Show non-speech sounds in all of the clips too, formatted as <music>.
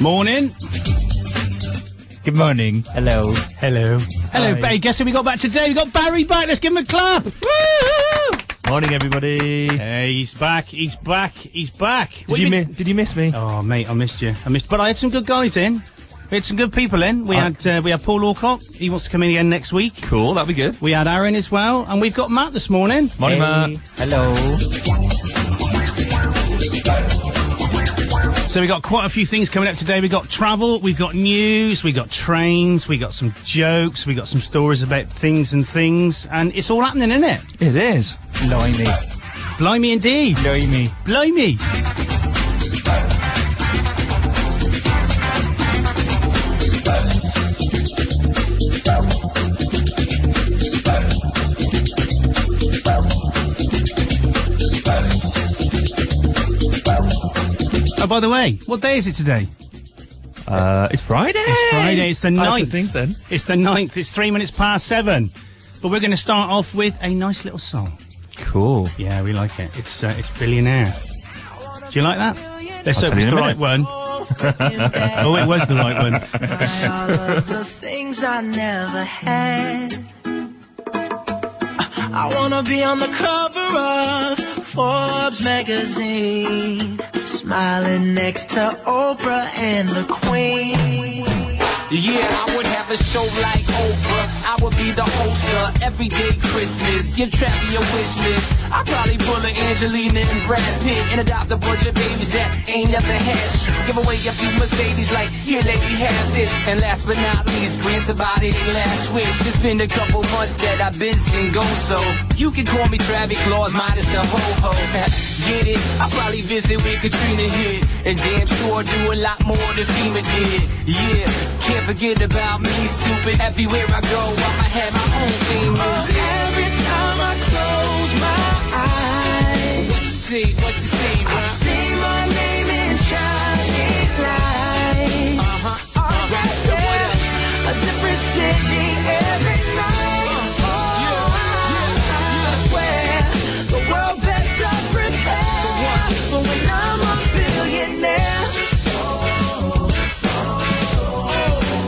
Morning. Good morning. Hello. Hello. Hello, Barry. Guess who we got back today? We got Barry back. Let's give him a clap. Woo! Morning, everybody. Hey, he's back. He's back. He's back. Did you, mi- did you miss me? Oh, mate, I missed you. I missed. But I had some good guys in. We had some good people in. We I- had uh, we had Paul Orcott. He wants to come in again next week. Cool, that'd be good. We had Aaron as well, and we've got Matt this morning. Morning, Hey. Matt. Hello. So we got quite a few things coming up today. We got travel, we got news, we got trains, we got some jokes, we got some stories about things and things, and it's all happening, isn't it? It is. Blimey. Blimey indeed. Blimey. Blimey. Oh, by the way, what day is it today? Uh, it's Friday. It's Friday, it's the I had to 9th. think then. It's the 9th, it's three minutes past seven. But we're going to start off with a nice little song. Cool. Yeah, we like it. It's uh, it's billionaire. Do you like that? Let's hope I'll tell it's you the in a right one. Oh, it was the right one. all of <laughs> the things I never had. I wanna be on the cover of Forbes magazine, smiling next to Oprah and the Queen. Yeah, I would have a show like Oprah. I would be the host of Everyday Christmas. Give Trappy a wish list. I'd probably pull an Angelina and Brad Pitt and adopt a bunch of babies that ain't never had shit. Give away a few Mercedes like, here, lady, have this. And last but not least, grant somebody their last wish. It's been a couple months that I've been single, so you can call me Travis Claus, minus the ho-ho. <laughs> Get it? I'll probably visit with Katrina hit. And damn sure do a lot more than FEMA did. Yeah, can't forget about me, stupid. Everywhere I go, I'ma have my own theme music. Every time I close my eyes, What you see, what you see, I right? see my name in shining lights. Uh-huh, All uh-huh. that Yeah, what up? yeah, a different city every night. Oh, yeah, yeah, I swear the world better prepare for when I'm a billionaire.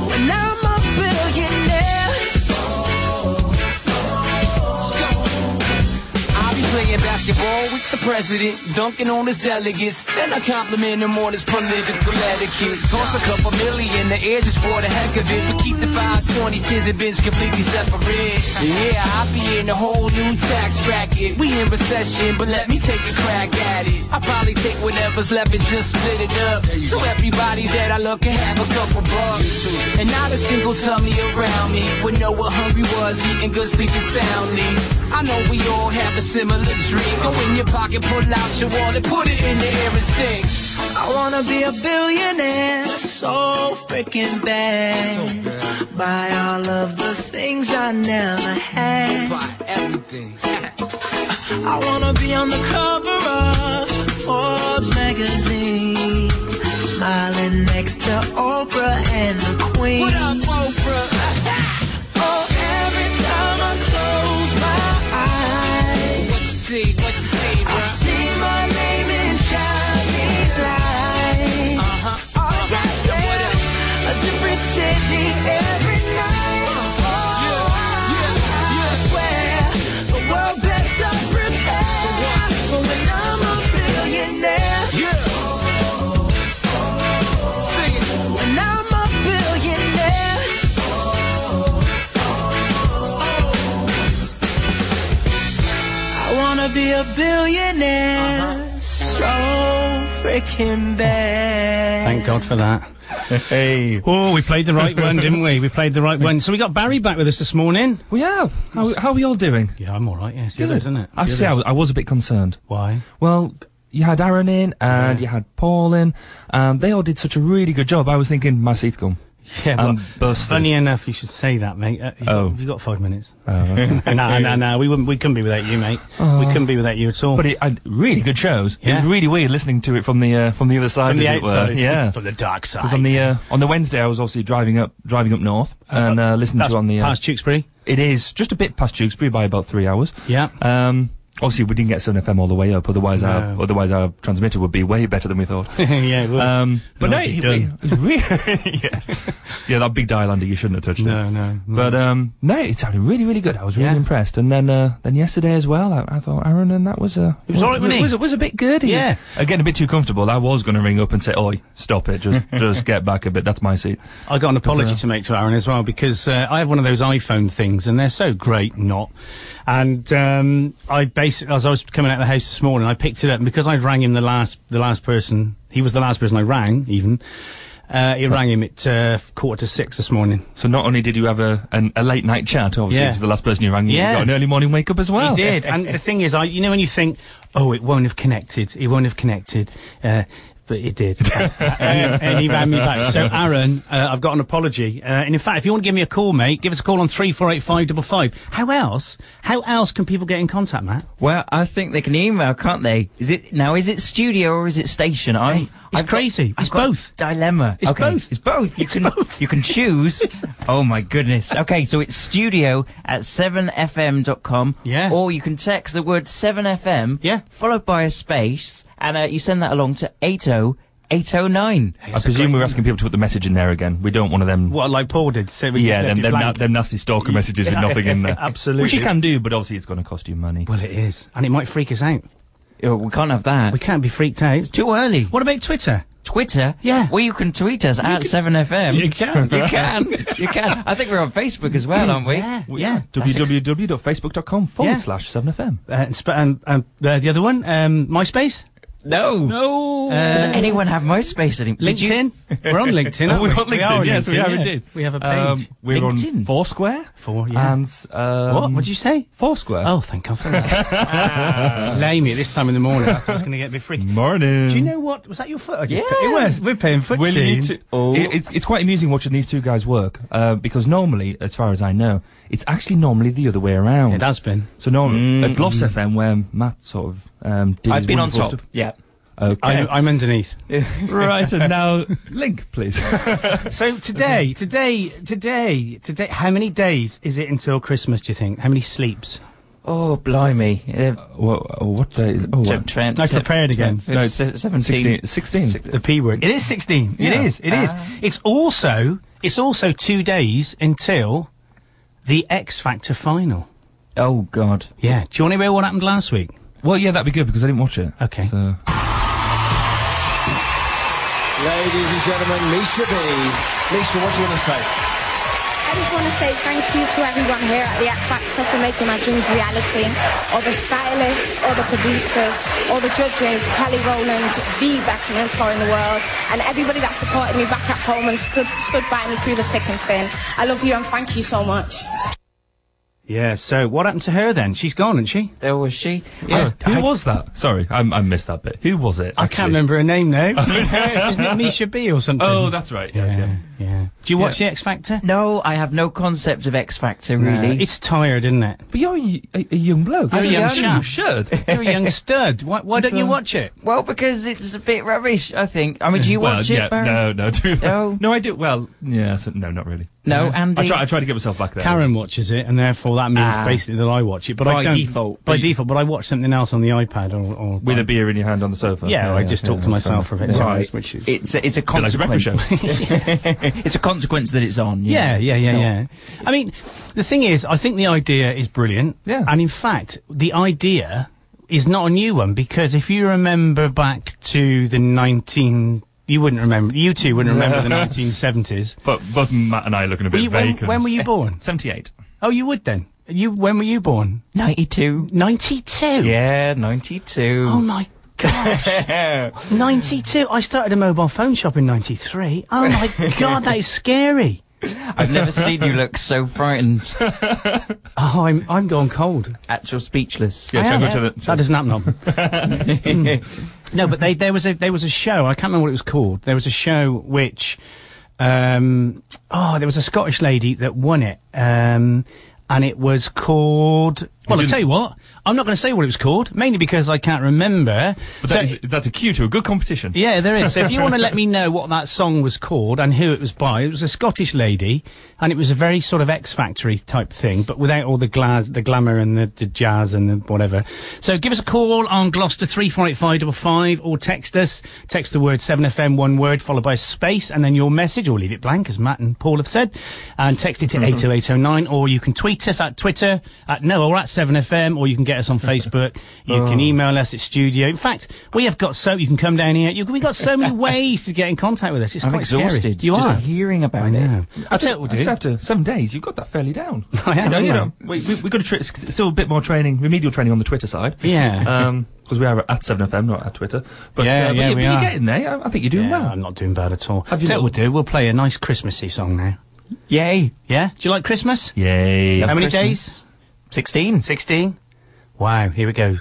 When I'm a billionaire. I'll be playing basketball with the president, dunking on his delegates. Then I compliment him on his political etiquette. Toss a couple million, the air just for the heck of it. But keep the fives, 20 tens, and bins completely separate. Yeah, I'll be in a whole new tax bracket. We in recession, but let me take a crack at it. I'll probably take whatever's left and just split it up. So everybody that I love can have a couple bucks. And not a single tummy around me would know what hungry was, eating good, sleeping soundly. I know we all have a similar dream. Go in your pocket, pull out your wallet, put it in the air and sing. I wanna be a billionaire, so freaking bad. By all of the things I never had. Buy everything. <laughs> I wanna be on the cover of Forbes magazine, smiling next to Oprah and the Queen. what up, Oprah? <laughs> Oh, every time I close my eyes, What you see, what you see, I bruh? see my name in shining lights. Uh-huh. All that Yeah, what up? A different city every night. Oh, Uh, Yeah, yeah, I yeah. swear the world better Uh-huh. prepare for when I'm a billionaire. Yeah. Sing it. When I'm a billionaire. I wanna be a billionaire Uh-huh. so freaking bad. Thank God for that. Hey. Oh, we played the right one, didn't we? We played the right one. So we got Barry back with us this morning. We have. How, how are we all doing? Yeah, I'm all right. Yes, yeah, it's the others, isn't it? I have to say, I was, I was a bit concerned. Why? Well, you had Aaron in and you had Paul in, and they all did such a really good job. I was thinking, my seat's gone. <laughs> Yeah, I'm well, busted. funny enough, you should say that, mate. Uh, you Oh. have you got five minutes? <laughs> no, no, no. We wouldn't. We couldn't be without you, mate. we couldn't be without you at all. Oh. But it, I, really good shows. It was Yeah. really weird listening to it from the uh, from the other side, from as the it were. outside, Yeah. from the dark <laughs> side. Because on the uh, on the Wednesday, I was obviously driving up driving up north and uh, listening That's to on the. Uh, past Tewkesbury. it is just a bit past Tewkesbury by about three hours. Yeah. <laughs> Um, Obviously, we didn't get Sun FM all the way up. Otherwise, No. our otherwise our transmitter would be way better than we thought. yeah, well, <laughs> Um, but no, I'd be it, done. it was really yes, yeah, that big dial under you shouldn't have touched it. no, no. no. But um, no, it sounded really, really good. I was really Yeah. impressed. And then, uh, then yesterday as well, I, I thought Aaron and that was a It was all right, wasn't it? was was a bit good. He- Yeah. again, a bit too comfortable. I was going to ring up and say, "Oi, stop <laughs> it! Just, just get back a bit. That's my seat." uh, I got an apology to make to Aaron as well because uh, I have one of those iPhone things and they're so great not. And um, I basically, as I was coming out of the house this morning, I picked it up and because I'd rang him the last, the last person, he was the last person I rang even. Uh, it rang him at uh, quarter to six this morning. So not only did you have a an, a late night chat, obviously Yeah. it was the last person you rang, Yeah. you got an early morning wake up as well. He did, and the thing is, I you know when you think, oh, it won't have connected, it won't have connected, uh, but it did, <laughs> and, and he ran me back. <laughs> So, Aaron, uh, I've got an apology, uh, and in fact, if you want to give me a call, mate, give us a call on three four eight five double five. How else? How else can people get in contact, Matt? Well, I think they can email, can't they? Is it now? Is it studio or is it station? I'm. it's got- crazy. I've It's got a both. dilemma. It's okay. both. It's both. You can you can <laughs> choose. oh my goodness. Okay, so it's studio at 7fm.com. Yeah. Or you can text the word 7fm. Yeah. Followed by a space, and uh, you send that along to 80809. I presume we're asking people to put the message in there again. We don't want one of them. What like Paul did, so we yeah, just left them it them, na- blank. them nasty <laughs> stalker messages with nothing in there. Absolutely. Which you can do, but obviously it's going to cost you money. well, it is, and it might freak us out. Oh, we can't have that. We can't be freaked out. it's too early. What about Twitter? Twitter. Yeah. Where you can tweet us at 7fm. You can. <laughs> You can. You can. I think we're on Facebook as well, aren't we? <laughs> Yeah, yeah. www.facebook.com forward Yeah. slash 7FM. Uh, and sp- and, and uh, the other one, um, MySpace, No. No! Does Uh, anyone have MySpace anymore? Did you- LinkedIn. We're on <laughs> LinkedIn. Oh, aren't we're on LinkedIn, We are yes, we are yeah. indeed. We have a page. Um, we're on LinkedIn. Foursquare. Four, yeah. And, s- um, what? What'd you say? Foursquare. Oh, thank God for that. <laughs> Lame at this time in the morning. I thought I was going to get a bit freaky. Morning. Do you know what? Was that your foot? I just Yeah. It was. We're playing footsie. Will you two- Oh. It- it's, it's quite amusing watching these two guys work, uh, because normally, as far as I know, it's actually normally the other way around. it has been. so normally, at Gloss FM, where Matt sort of um, did Mm. I've his been on wonderful top. stuff- Yeah. Okay. I'm, I'm underneath. <laughs> right, and now, <laughs> Link, <laughs> please. <laughs> So today, today, today, today. How many days is it until Christmas? Do you think? How many sleeps? Oh, blimey. Uh, what, what day is Oh, so wow. Trent. I so- prepared again. so- No, so- 17. 16. 16. The P word. It is 16. It Yeah. is. It is. Ah. It's also. It's also two days until the X Factor final. Oh, God. Yeah. Do you want to hear what happened last week? Well, yeah, that'd be good because I didn't watch it. Okay. So. Ladies and gentlemen, Misha B. Misha, what do you want to say? I just want to say thank you to everyone here at the X Factor for making my dreams reality. All the stylists, all the producers, all the judges, Kelly Rowland, the best mentor in the world, and everybody that supported me back at home and stood, stood by me through the thick and thin. I love you and thank you so much. Yeah. So what happened to her then? She's gone, isn't she? There was she. Oh, I- who I- was that? Sorry, I, I missed that bit. Who was it? I actually? can't <laughs> remember her name <laughs> now. Isn't it Misha B or something? Oh, that's right. Yes, yeah. yeah. yeah. Do you watch The X Factor? No, I have no concept of X Factor, really. It's tired, isn't it? But you're a, y- a- a young bloke. I'm a young You chap. <laughs> should. You're a <laughs> young stud. Why, why don't you uh, watch it? well, because it's a bit rubbish, I think. I mean, do you well, watch yeah, it, Barry? no, no, do No. <laughs> no, I do. Well, yeah, so, no, not really. No, Andy. I try, I try to get myself back there. Karen watches it, and therefore that means Ah. basically that I watch it. But I By don't, default. By But you- default, but I watch something else on the iPad or. or with a beer in your hand on the sofa. Yeah, I just talk to that's myself fine. for a bit. Right. Which is. It's a, it's a Bit like a breakfast consequence. <laughs> show. <laughs> it's a consequence that it's on. yeah, yeah, It's yeah, not- yeah. I mean, the thing is, I think the idea is brilliant. Yeah. And in fact, the idea is not a new one because if you remember back to the 19. You wouldn't remember. You two wouldn't remember <laughs> the 1970s. but both Matt and I are looking a Were bit you- when, vacant. when were you born? Seventy-eight. Oh, you would then. You when were you born? 92. 92. Yeah, 92. Oh my gosh. <laughs> 92. I started a mobile phone shop in 93. Oh <laughs> my god, that is scary. I've never seen you look so <laughs> frightened. Oh, I'm I'm gone cold. Actual speechless. Yeah, I shall I am. go to the? That doesn't happen. <laughs> Often. no, but they, there was a there was a show. I can't remember what it was called. There was a show which, um, oh, there was a Scottish lady that won it, um, and it was called Well, I'll didn't- tell you what, I'm not going to say what it was called, mainly because I can't remember. But that So- is, that's a cue to a good competition. Yeah, there is. So if you want to <laughs> let me know what that song was called and who it was by, it was a Scottish lady, and it was a very sort of X Factory type thing, but without all the gla- the glamour and the, the jazz and the whatever. So give us a call on Gloucester three four eight five double five, or text us. Text the word seven FM one word followed by a space, and then your message, or leave it blank as Matt and Paul have said, and text it to eight zero eight zero nine, or you can tweet us at Twitter at no or at seven FM, or you can get <laughs> us on Facebook. You Oh. can email us at studio. In fact, we have got so you can come down here. You, we've got <laughs> so many ways to get in contact with us. It's I'm quite scary. exhausted You just are. hearing about I know. it. I tell you what we'll Just do. after seven days, you've got that <laughs> fairly down. I am, You know, you haven't know, we, we, we got to tr- s- still a bit more training, remedial training on the Twitter side. Yeah. because we are at 7FM, not at Twitter. But, Yeah, uh, but yeah, you- we but are. you're getting there. I, I think you're doing Yeah, well. I'm not doing bad at all. Have you Tell you not? what we'll do. We'll play a nice Christmassy song now. Yay. Yeah? Do you like Christmas? Yay. How many Christmas. days? 16. 16? Wow, here we go.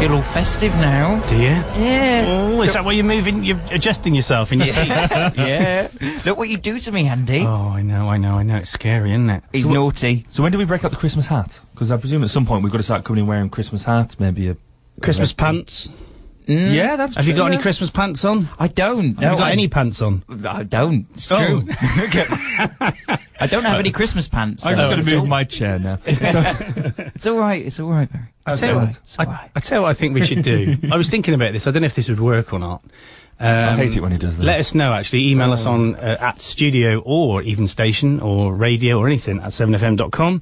Feel all festive now. Do you? Yeah. Oh, is that why you're moving? You're adjusting yourself in your <laughs> seat? <laughs> yeah. Look what you do to me, Andy. oh, I know, I know, I know. It's scary, isn't it? He's naughty. So when do we break up the Christmas hat? Because I presume at some point we've got to start coming in wearing Christmas hats, maybe a... Christmas pants. Yeah, that's Have you true, got any yeah. Christmas pants on? I don't. Have No, you got I, any pants on? I don't. <laughs> It's Oh. true. I don't <laughs> have any Christmas pants. I'm just though. going to It's move all- my chair now. So, It's all right. It's all right, Barry. It's tell you all what, right. It's all I, <laughs> right. I tell you what I think we should <laughs> do. I was thinking about this. I don't know if this would work or not. Um, I hate it when he does this. Let us know, actually. Email us on uh, at studio or even station or radio or anything at 7fm.com.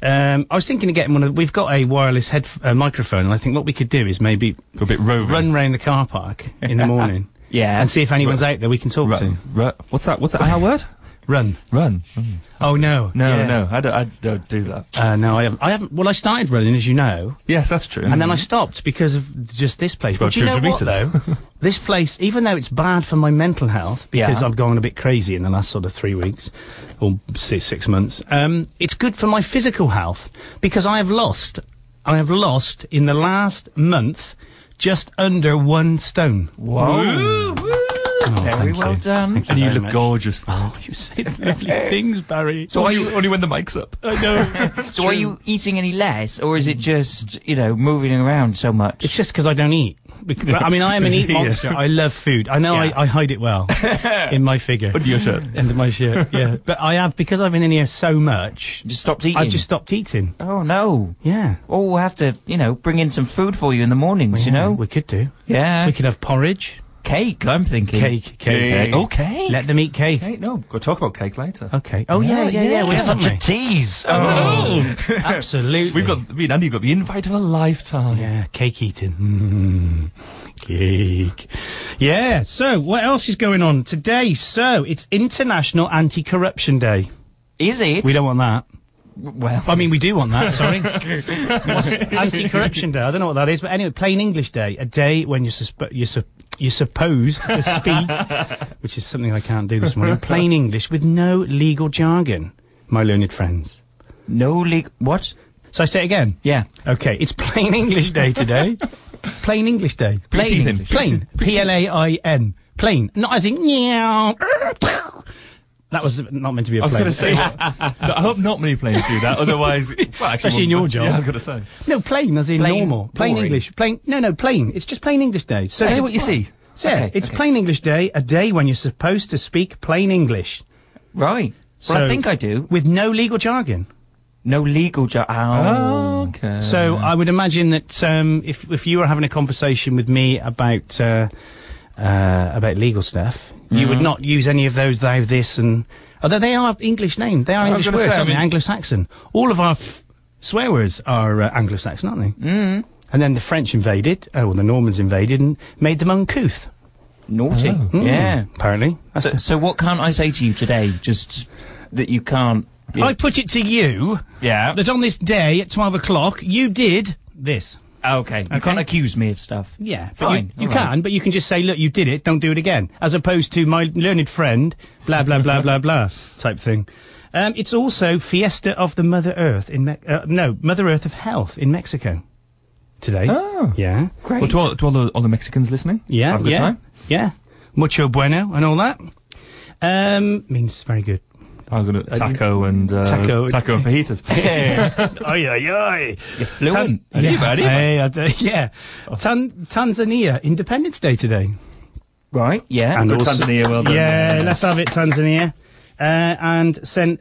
Um, I was thinking of getting one of, we've got a wireless head uh, microphone, and I think what we could do is maybe Go a bit roving. run round the car park in Uh, the morning. <laughs> Yeah. And see if anyone's out there we can talk to. Run. Ru- what's that? What's that? Our word? <laughs> Run. Run. Oh, no. No, Yeah. no, I don't, I don't do that. Uh, no, I haven't. I haven't. Well, I started running, as you know. Yes, that's true. And then I <laughs> stopped because of just this place. About But do you know 200 what, metres. though? <laughs> this place, even though it's bad for my mental health, because Yeah. I've gone a bit crazy in the last sort of three weeks, or six, six months, um, it's good for my physical health because I have lost, I have lost in the last month just under one stone. Oh, Whoa. Very thank well you. done. And you very look much. gorgeous. <laughs> Oh, you say lovely <laughs> things, Barry. So are you? only, only when the mic's <laughs> up. I know. <laughs> So are you eating any less, or is it just you know moving around so much? It's just because I don't eat. Because, I mean, <laughs> I <laughs> am an eat monster. I love food. I know I, I hide it well in my figure, Under your shirt. under my shirt. Yeah, but I have because I've been in here so much. Just stopped eating. I've just stopped eating. Oh no. Yeah, Oh, we'll have to, you know, bring in some food for you in the mornings, you Yeah, know? we could do. yeah. We could have porridge, cake, I'm thinking. cake, cake. Okay. Oh, cake. Let them eat cake. cake. No, we'll talk about cake later. Okay. Oh yeah, yeah, yeah. we're You're such a something. tease. Oh, <laughs> <laughs> absolutely. We've got, me and Andy have got the invite of a lifetime. Yeah, cake eating. Mm, cake. Yeah, so what else is going on today? So it's International Anti Corruption Day. Is it? We don't want that. Well, I mean, we do want <laughs> that, <laughs> sorry. What's Anti Corruption Day? I don't know what that is, but anyway, Plain English Day, a day when you're, susp- you're, sup- you're supposed <laughs> to speak, which is something I can't do this morning, plain English with no legal jargon, my learned friends. no league. What? So I say it again. Yeah. Okay, it's Plain English Day today. <laughs> plain English Day. Plain Teeth in. English. Plain. P L A I N. Plain. Not as in meow. That was not meant to be a I was plane. going to say, <laughs> no, I hope not many planes do that. Otherwise, well, actually, Especially in well, your job. Yeah, I was going to say. no, plain as in Plain, normal. Plain boring. English. Plain. No, no, plain. It's just plain English day. So Say it's- what you see. So, yeah, Okay, it's okay. plain English day, a day when you're supposed to speak plain English Right. well, So- I think I do. with no legal jargon. No legal job. Oh. Okay. So uh, I would imagine that um, if if you were having a conversation with me about uh, uh, about legal stuff, you Mm-hmm. would not use any of those thou this and although they are English names, they are I English was gonna words, say, I aren't they? mean- Anglo-Saxon. All of our f- swear words are uh, Anglo-Saxon, aren't they? Mm. Mm-hmm. And then the French invaded, oh, well, the Normans invaded and made them uncouth. Naughty. Mm, Oh. Yeah. apparently. So, so what can't I say to you today? Just that you can't. yeah. I put it to you yeah. that on this day at twelve o'clock you did this. Okay. You can't accuse me of stuff. Yeah, but Fine. You, you all right. can, but you can just say, "Look, you did it. Don't do it again." As opposed to my learned friend, blah blah blah blah blah <laughs> type thing. Um, it's also Fiesta of the Mother Earth in Me- uh, no Mother Earth of Health in Mexico today. Oh. Yeah, Great. Well, to all, to all, the, all the Mexicans listening, yeah, have a good yeah, time. yeah. Mucho bueno and all that. Um, means very good. I'm going to taco and uh, Taco. taco and fajitas. <laughs> <laughs> Ay ay ay. You're fluent. Tan- Arriba, yeah, arriba. Ay, ad- <laughs> yeah. Tan- Tanzania Independence Day today. right. Yeah. And Good also- Tanzania, well done. Yeah, let's have it, Tanzania. Uh, and sent.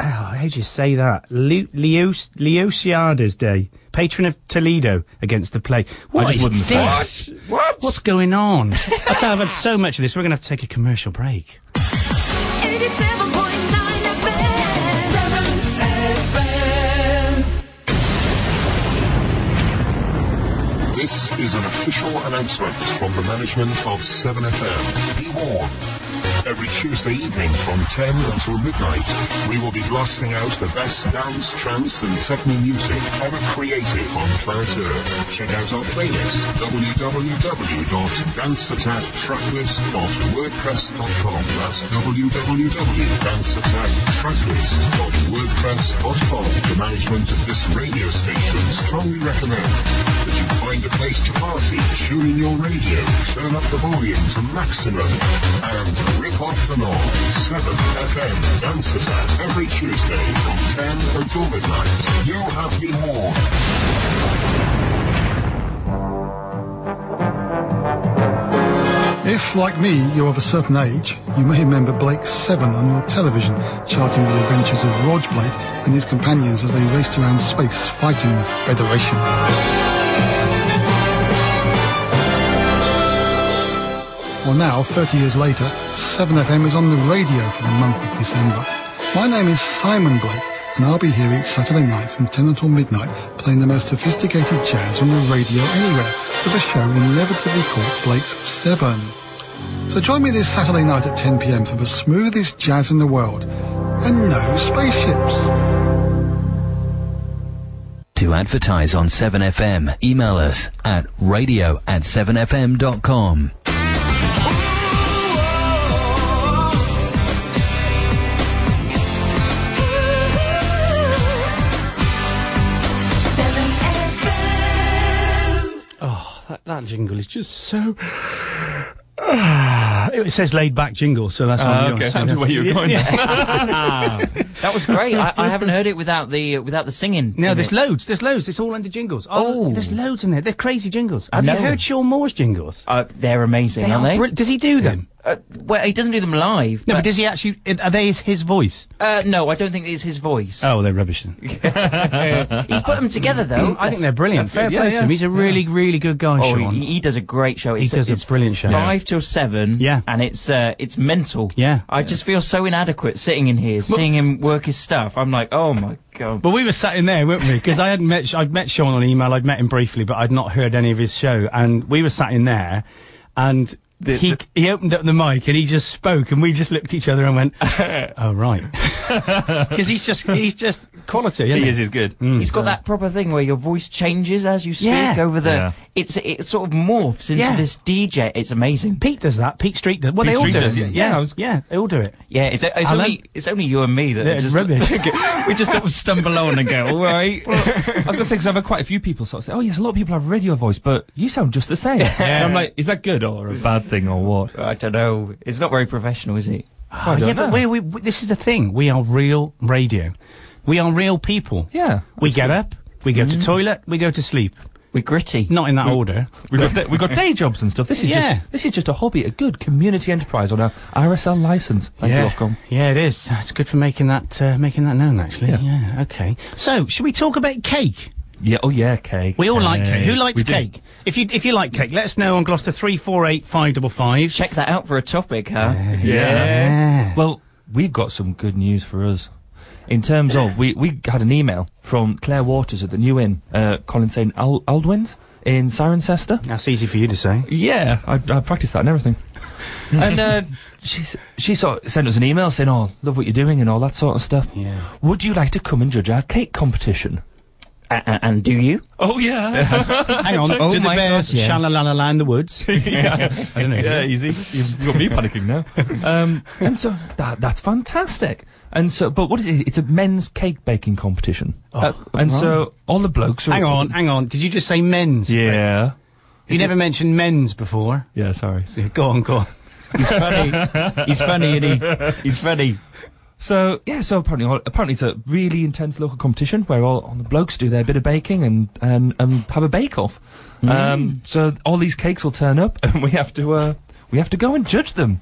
Oh, how do you say that? Lu- Leos- Leociades Day, patron of Toledo, against the plague. What just is wouldn't say this? What? What's going on? <laughs> That's how I've had so much of this. We're going to have to take a commercial break. 87.9 FM. This is an official announcement from the management of 7FM. Be warned. Every Tuesday evening from 10 until midnight, we will be blasting out the best dance, trance, and techno music ever created on planet Earth. Check out our playlist www.danceattacktracklist.wordpress.com. That's www.danceattacktracklist.wordpress.com. The management of this radio station strongly recommends that you find a place to party, tune in your radio, turn up the volume to maximum, and rip off the noise. 7FM Dance Attack every Tuesday from 10 until midnight. You have been warned. If, like me, you're of a certain age, you may remember Blake's Seven on your television, charting the adventures of Rog Blake and his companions as they raced around space fighting the Federation. Well, now, 30 years later, 7FM is on the radio for the month of December. My name is Simon Blake, and I'll be here each Saturday night from 10 until midnight playing the most sophisticated jazz on the radio anywhere with a show inevitably called Blake's Seven. So join me this Saturday night at 10 pm for the smoothest jazz in the world and no spaceships. To advertise on 7FM, email us at radio at 7FM.com. That, that jingle is just so. <sighs> it says laid back jingle, so that's Ah, on you. okay. So I knew that's- where you were yeah, going. yeah. <laughs> That was great. I, I haven't heard it without the without the singing. <laughs> No, in it. there's loads. There's loads. It's all under jingles. Oh, there's loads in there. They're crazy jingles. I Have you know. heard Sean Moore's jingles? Uh, they're amazing, They aren't are they? brill- does he do them? Uh, well, he doesn't do them live. No, but does he actually? Are they his voice? Uh, no, I don't think it's his voice. Oh, they're rubbish then. <laughs> He's put them together though. I think they're brilliant. That's good. Fair Yeah, play yeah. to him. He's a really, really good guy, Oh, Sean. he, he does a great show. He It's, does a it's brilliant show. Five till seven. Yeah, and it's uh, it's mental. Yeah, I just feel so inadequate sitting in here, seeing him work his stuff. I'm like, oh my god. But we were sat in there, weren't we? Because I hadn't met, I'd met Sean on email, I'd met him briefly, but I'd not heard any of his show. And we were sat in there, and he he opened up the mic and he just spoke, and we just looked at each other <laughs> and went, "Oh right," because he's just he's just quality. isn't is good. Mm, He's got that proper thing where your voice changes as you speak Yeah. over the. Yeah. It's it sort of morphs into Yeah. this DJ. It's amazing. Pete does that. Pete Street does. Well, Pete they all Street do. does, it. yeah. Yeah, yeah, I was- yeah, they all do it. Yeah, it's, it's I only like- it's only you and me that They're just rubbish. <laughs> we just sort of stumble on and go, all <laughs> right. I was going to say, because I've had quite a few people sort of say, oh, yes, a lot of people have radio voice, but you sound just the same. And I'm like, is that good or a bad thing or what? I don't know. It's not very professional, is it? I don't yeah, but know. we, we, we- this is the thing. We are real radio. We are real people. Yeah. Mm. We get up, we go to toilet, we go to sleep. We're gritty. Not in that order. We've got, da- we've got day jobs and stuff. This is Yeah. just this is just a hobby, a good community enterprise on a RSL license. Thank you, yeah. Ofcom. Yeah, it is. It's good for making that uh, making that known, actually. Yeah. Yeah. Okay. So, should we talk about cake? Yeah, oh yeah, cake. Uh, We all like cake. Who likes We do. cake? If you if you like cake, let us know on Gloucester three four eight five double five. Check that out for a topic, huh? Yeah. Well, we've got some good news for us. In terms of, we, we had an email from Claire Waters at the New Inn, uh, Colin St. Al- Aldwyn's in Cirencester. That's easy for you to say. Yeah, I, I practiced that <laughs> and everything. and uh, she s- she sort of sent us an email saying, "Oh, love what you're doing and all that sort of stuff. Yeah. Would you like to come and judge our cake competition?" A- a- and do you? Oh yeah, <laughs> Hang on. Oh Do the my bears God, yeah. sha la la la la in the <laughs> woods? Uh, I don't know. yeah, easy. You've got me panicking now. um, and so that that's fantastic. And so, but what is it? It's a men's cake baking competition. Oh, Uh, and so all the blokes are Hang on, hang on. Did you just say men's? Yeah, You never mentioned men's before. yeah. Sorry. Go on, go on. He's <laughs> funny. He's funny, and he he's funny. uh, So yeah, so apparently, all- apparently it's a really intense local competition where all, all the blokes do their bit of baking and and, and have a bake off. Mm. Um, so all these cakes will turn up, <laughs> and we have to uh, we have to go and judge them.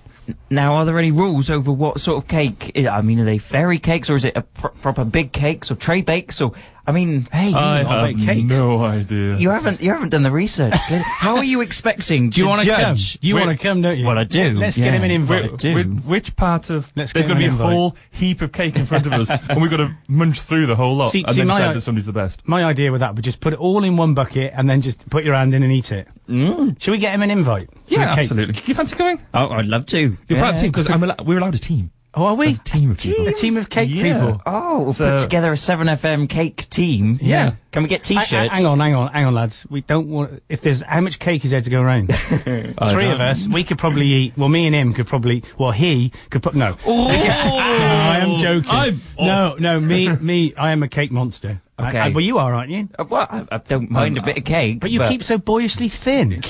Now, are there any rules over what sort of cake? i- I mean, are they fairy cakes or is it a pr- proper big cakes or tray bakes? Or I mean, hey, you, have bake cakes. no idea. you haven't you haven't done the <laughs> research. clearly. How are you expecting? Do you want to come? judge? You Wait. want to come, don't you? Well, I do, Let's get yeah. him an invite. Wait. do. which part of Let's there's give going to be him a an invite. whole heap of cake in front of us, and we've got to munch through the whole lot See- and see, then my decide i- that somebody's the best. My idea with that would just put it all in one bucket and then just put your hand in and eat it. Mm. Should we get him an invite? To the Yeah, cake? absolutely. You fancy going? <laughs> Oh, I'd love to. You're part of the team <laughs> because I'm allo- we're allowed a team. Oh, are we? A team of people. A team of cake Yeah. people. Oh, we'll So- put together a Seven FM cake team. Yeah. Can we get Hang- T-shirts? hang on, hang on, hang on, lads. We don't want. If there's how much cake is there to go around? <laughs> Three of us. We could probably eat. Well, me and him could probably. Well, he could. Pro- no. Oh! <laughs> I am joking. I'm no, no. Me, <laughs> me. I am a cake monster. I- Okay. I- well, you are, aren't you? Uh, well, I, I don't mind a bit of cake, But you keep so boyishly thin.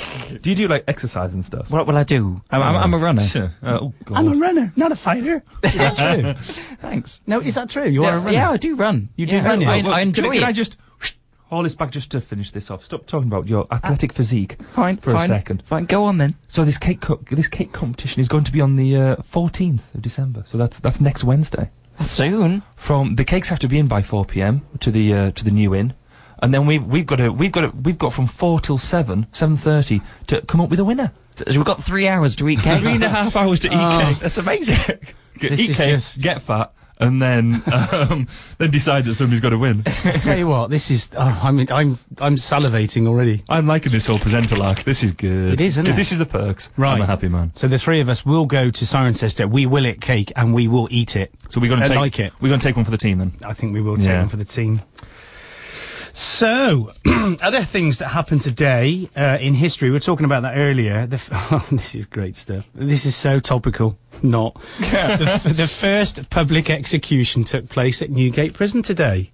Do you do like exercise and stuff? What will I do? I'm, I'm, I'm a runner. Sure. Uh, oh God. <laughs> I'm a runner, not a fighter. Is that true? <laughs> Thanks. No, is that true? You are a runner. Yeah, I do run. You do run, yeah. I, Well, I enjoy can, I- it. Can I just haul this back just to finish this off? Stop talking about your athletic physique Uh, fine for fine, a second. Fine, go on then. So this cake co- this cake competition is going to be on the uh, 14th of December. So that's that's next Wednesday. Soon. From the cakes have to be in by 4 p.m. to the uh, to the new inn. And then we've we've got to we've got to, we've got from four till seven seven thirty to come up with a winner. So We've got three hours to eat cake. Oh, Three and a half hours to eat cake. That's <laughs> amazing. Get, This eat is cake, just- get fat, and then <laughs> um, then decide that somebody's got to win. I tell you what, this is. Oh, I mean, I'm I'm salivating already. I'm liking this whole presenter lark. This is good. It is, isn't Good, it? This is the perks. <laughs> Right. I'm a happy man. So the three of us will go to Cirencester. We will eat cake and we will eat it. So we're going I to take like it. We're going to take one for the team then. I think we will take Yeah. one for the team. So, <clears throat> other things that happened today uh, in history. We were talking about that earlier. The f- <laughs> oh, this is great stuff. This is so topical. Not <laughs> the, f- the first public execution took place at Newgate Prison today.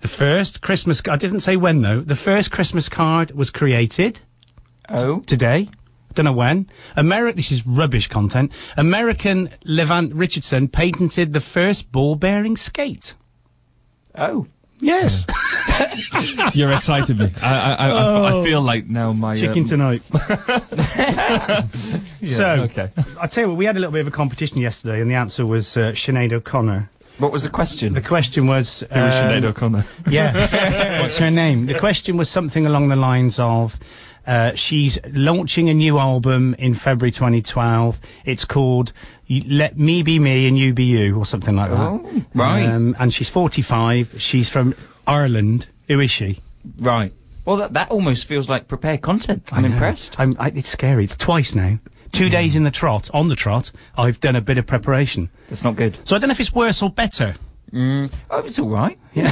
The first Christmas. I didn't say when though. The first Christmas card was created Oh. today. don't know when. America, this is rubbish content. American Levant Richardson patented the first ball bearing skate. Oh. Yes. <laughs> You're excited me. I, I, I, I fe- I feel like now my uh, Oh. Chicken <laughs> tonight. Yeah, so, okay. <laughs> I tell you what, we had a little bit of a competition yesterday, and the answer was uh, Sinead O'Connor. What was the question? The question was Who is Sinead um, O'Connor? <laughs> Yeah. What's her name? The question was something along the lines of uh, she's launching a new album in February 2012. It's called Y- Let Me Be Me and You Be You, or something like that. Oh, right. Um, and she's 45. She's from Ireland. Who is she? Right. Well, that, that almost feels like prepared content. I'm know. impressed. I'm, I, it's scary. It's twice now. Two days in the trot, on the trot, I've done a bit of preparation. That's not good. So I don't know if it's worse or better. Mm. Oh, it's all right. Yeah.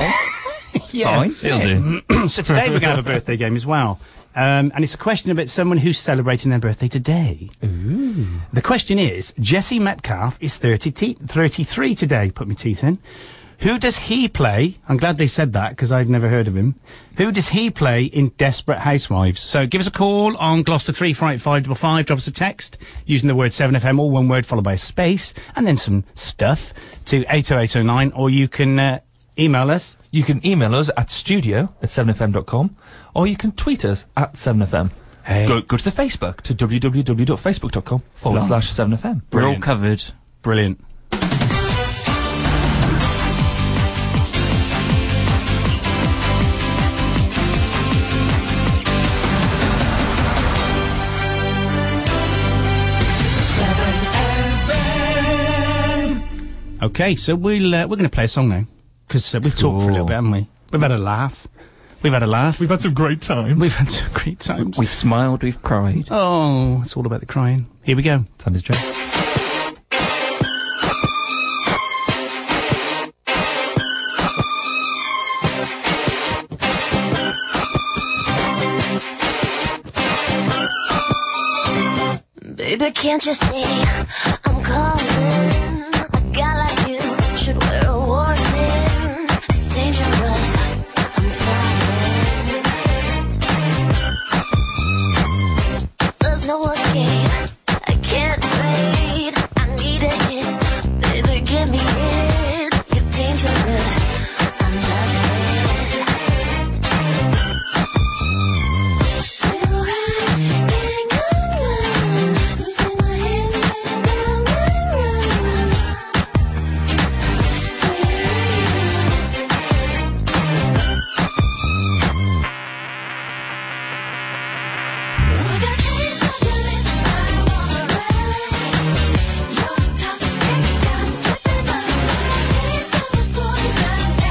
<laughs> Fine. It'll do. <clears throat> so today we're going to have a birthday game as well. Um, and it's a question about someone who's celebrating their birthday today. Ooh. The question is, Jesse Metcalf is 30 te- 33 today. Put my teeth in. Who does he play? I'm glad they said that because I'd never heard of him. Who does he play in Desperate Housewives? So give us a call on Gloucester 35555, drop us a text using the word 7FM, all one word followed by a space, and then some stuff to 80809, or you can uh, email us You can email us at studio at 7fm.com or you can tweet us at 7fm. Hey. Go, go to the Facebook to www.facebook.com forward Blimey. slash 7fm. We're all covered. Brilliant. Okay, so we'll uh, we're going to play a song now because uh, we've talked for a little bit, haven't we? We've had a laugh. We've had a laugh. We've had some great times. We've had some great times. We've smiled, we've cried. Oh, it's all about the crying. Here we go. Time is Jack. Baby, can't you see I'm calling? A guy like you should wear a warning. It's dangerous. I'm falling. There's no escape. I can't wait. I need a hit. Baby, give me it. You're dangerous. I'm loving. Do I can come down? Losing my head, spinning round and round. Sweet.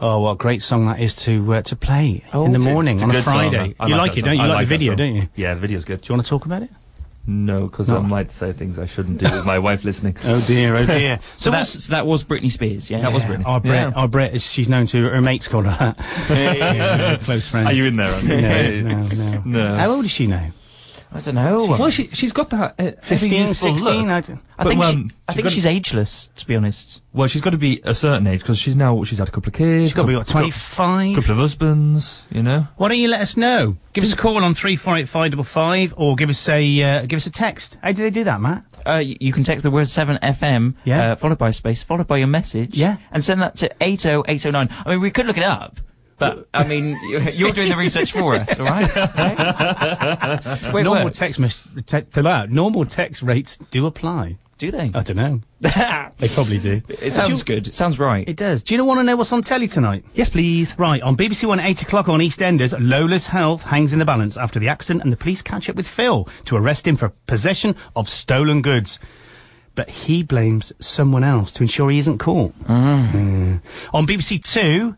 oh, what a great song that is to uh, to play in the Oh, it's a- morning it's a on a good song. Friday. I you like, that it, don't you? song. You I like, the that video, song. don't you? Yeah, the video's good. Do you want to talk about it? No, because I might say things I shouldn't do with my wife <laughs> listening. Oh dear, oh <laughs> dear. So, that's, so that was Britney Spears, yeah? That was Britney. Our Brett, Yeah. Oh, our Brett, is, she's known to her mates called <laughs> her. that. <laughs> Close friends. Are you in there, Andy? <laughs> No, no, no. No. How old is she now? I don't know. well, she, she's got that. Uh, heavy 15, youthful 16? look. I, don't- I But, think, well, she, I she's think got- she's ageless, to be honest. Well, she's got to be a certain age because she's now she's had a couple of kids. She's got to be, what, 25? Couple of husbands, you know. Why don't you let us know? Give us a call on three four eight five double five, or give us a uh, give us a text. How do they do that, Matt? Uh, y- you can text the word 7FM, Yeah. uh, followed by a space, followed by your message, Yeah. and send that to 80809. I mean, we could look it up, but, I mean, <laughs> you- you're doing the research for us, all <laughs> right? That's the way it normal works. text mis- te- fill out. Normal text rates do apply. Do they? I <laughs> don't know. they probably do. It sounds good. It sounds right. It does. Do you want to know what's on telly tonight? Yes, please. Right, on BBC One at 8 o'clock on EastEnders, Lola's health hangs in the balance after the accident and the police catch up with Phil to arrest him for possession of stolen goods. But he blames someone else to ensure he isn't caught. Mm-hmm. Mm. On BBC Two,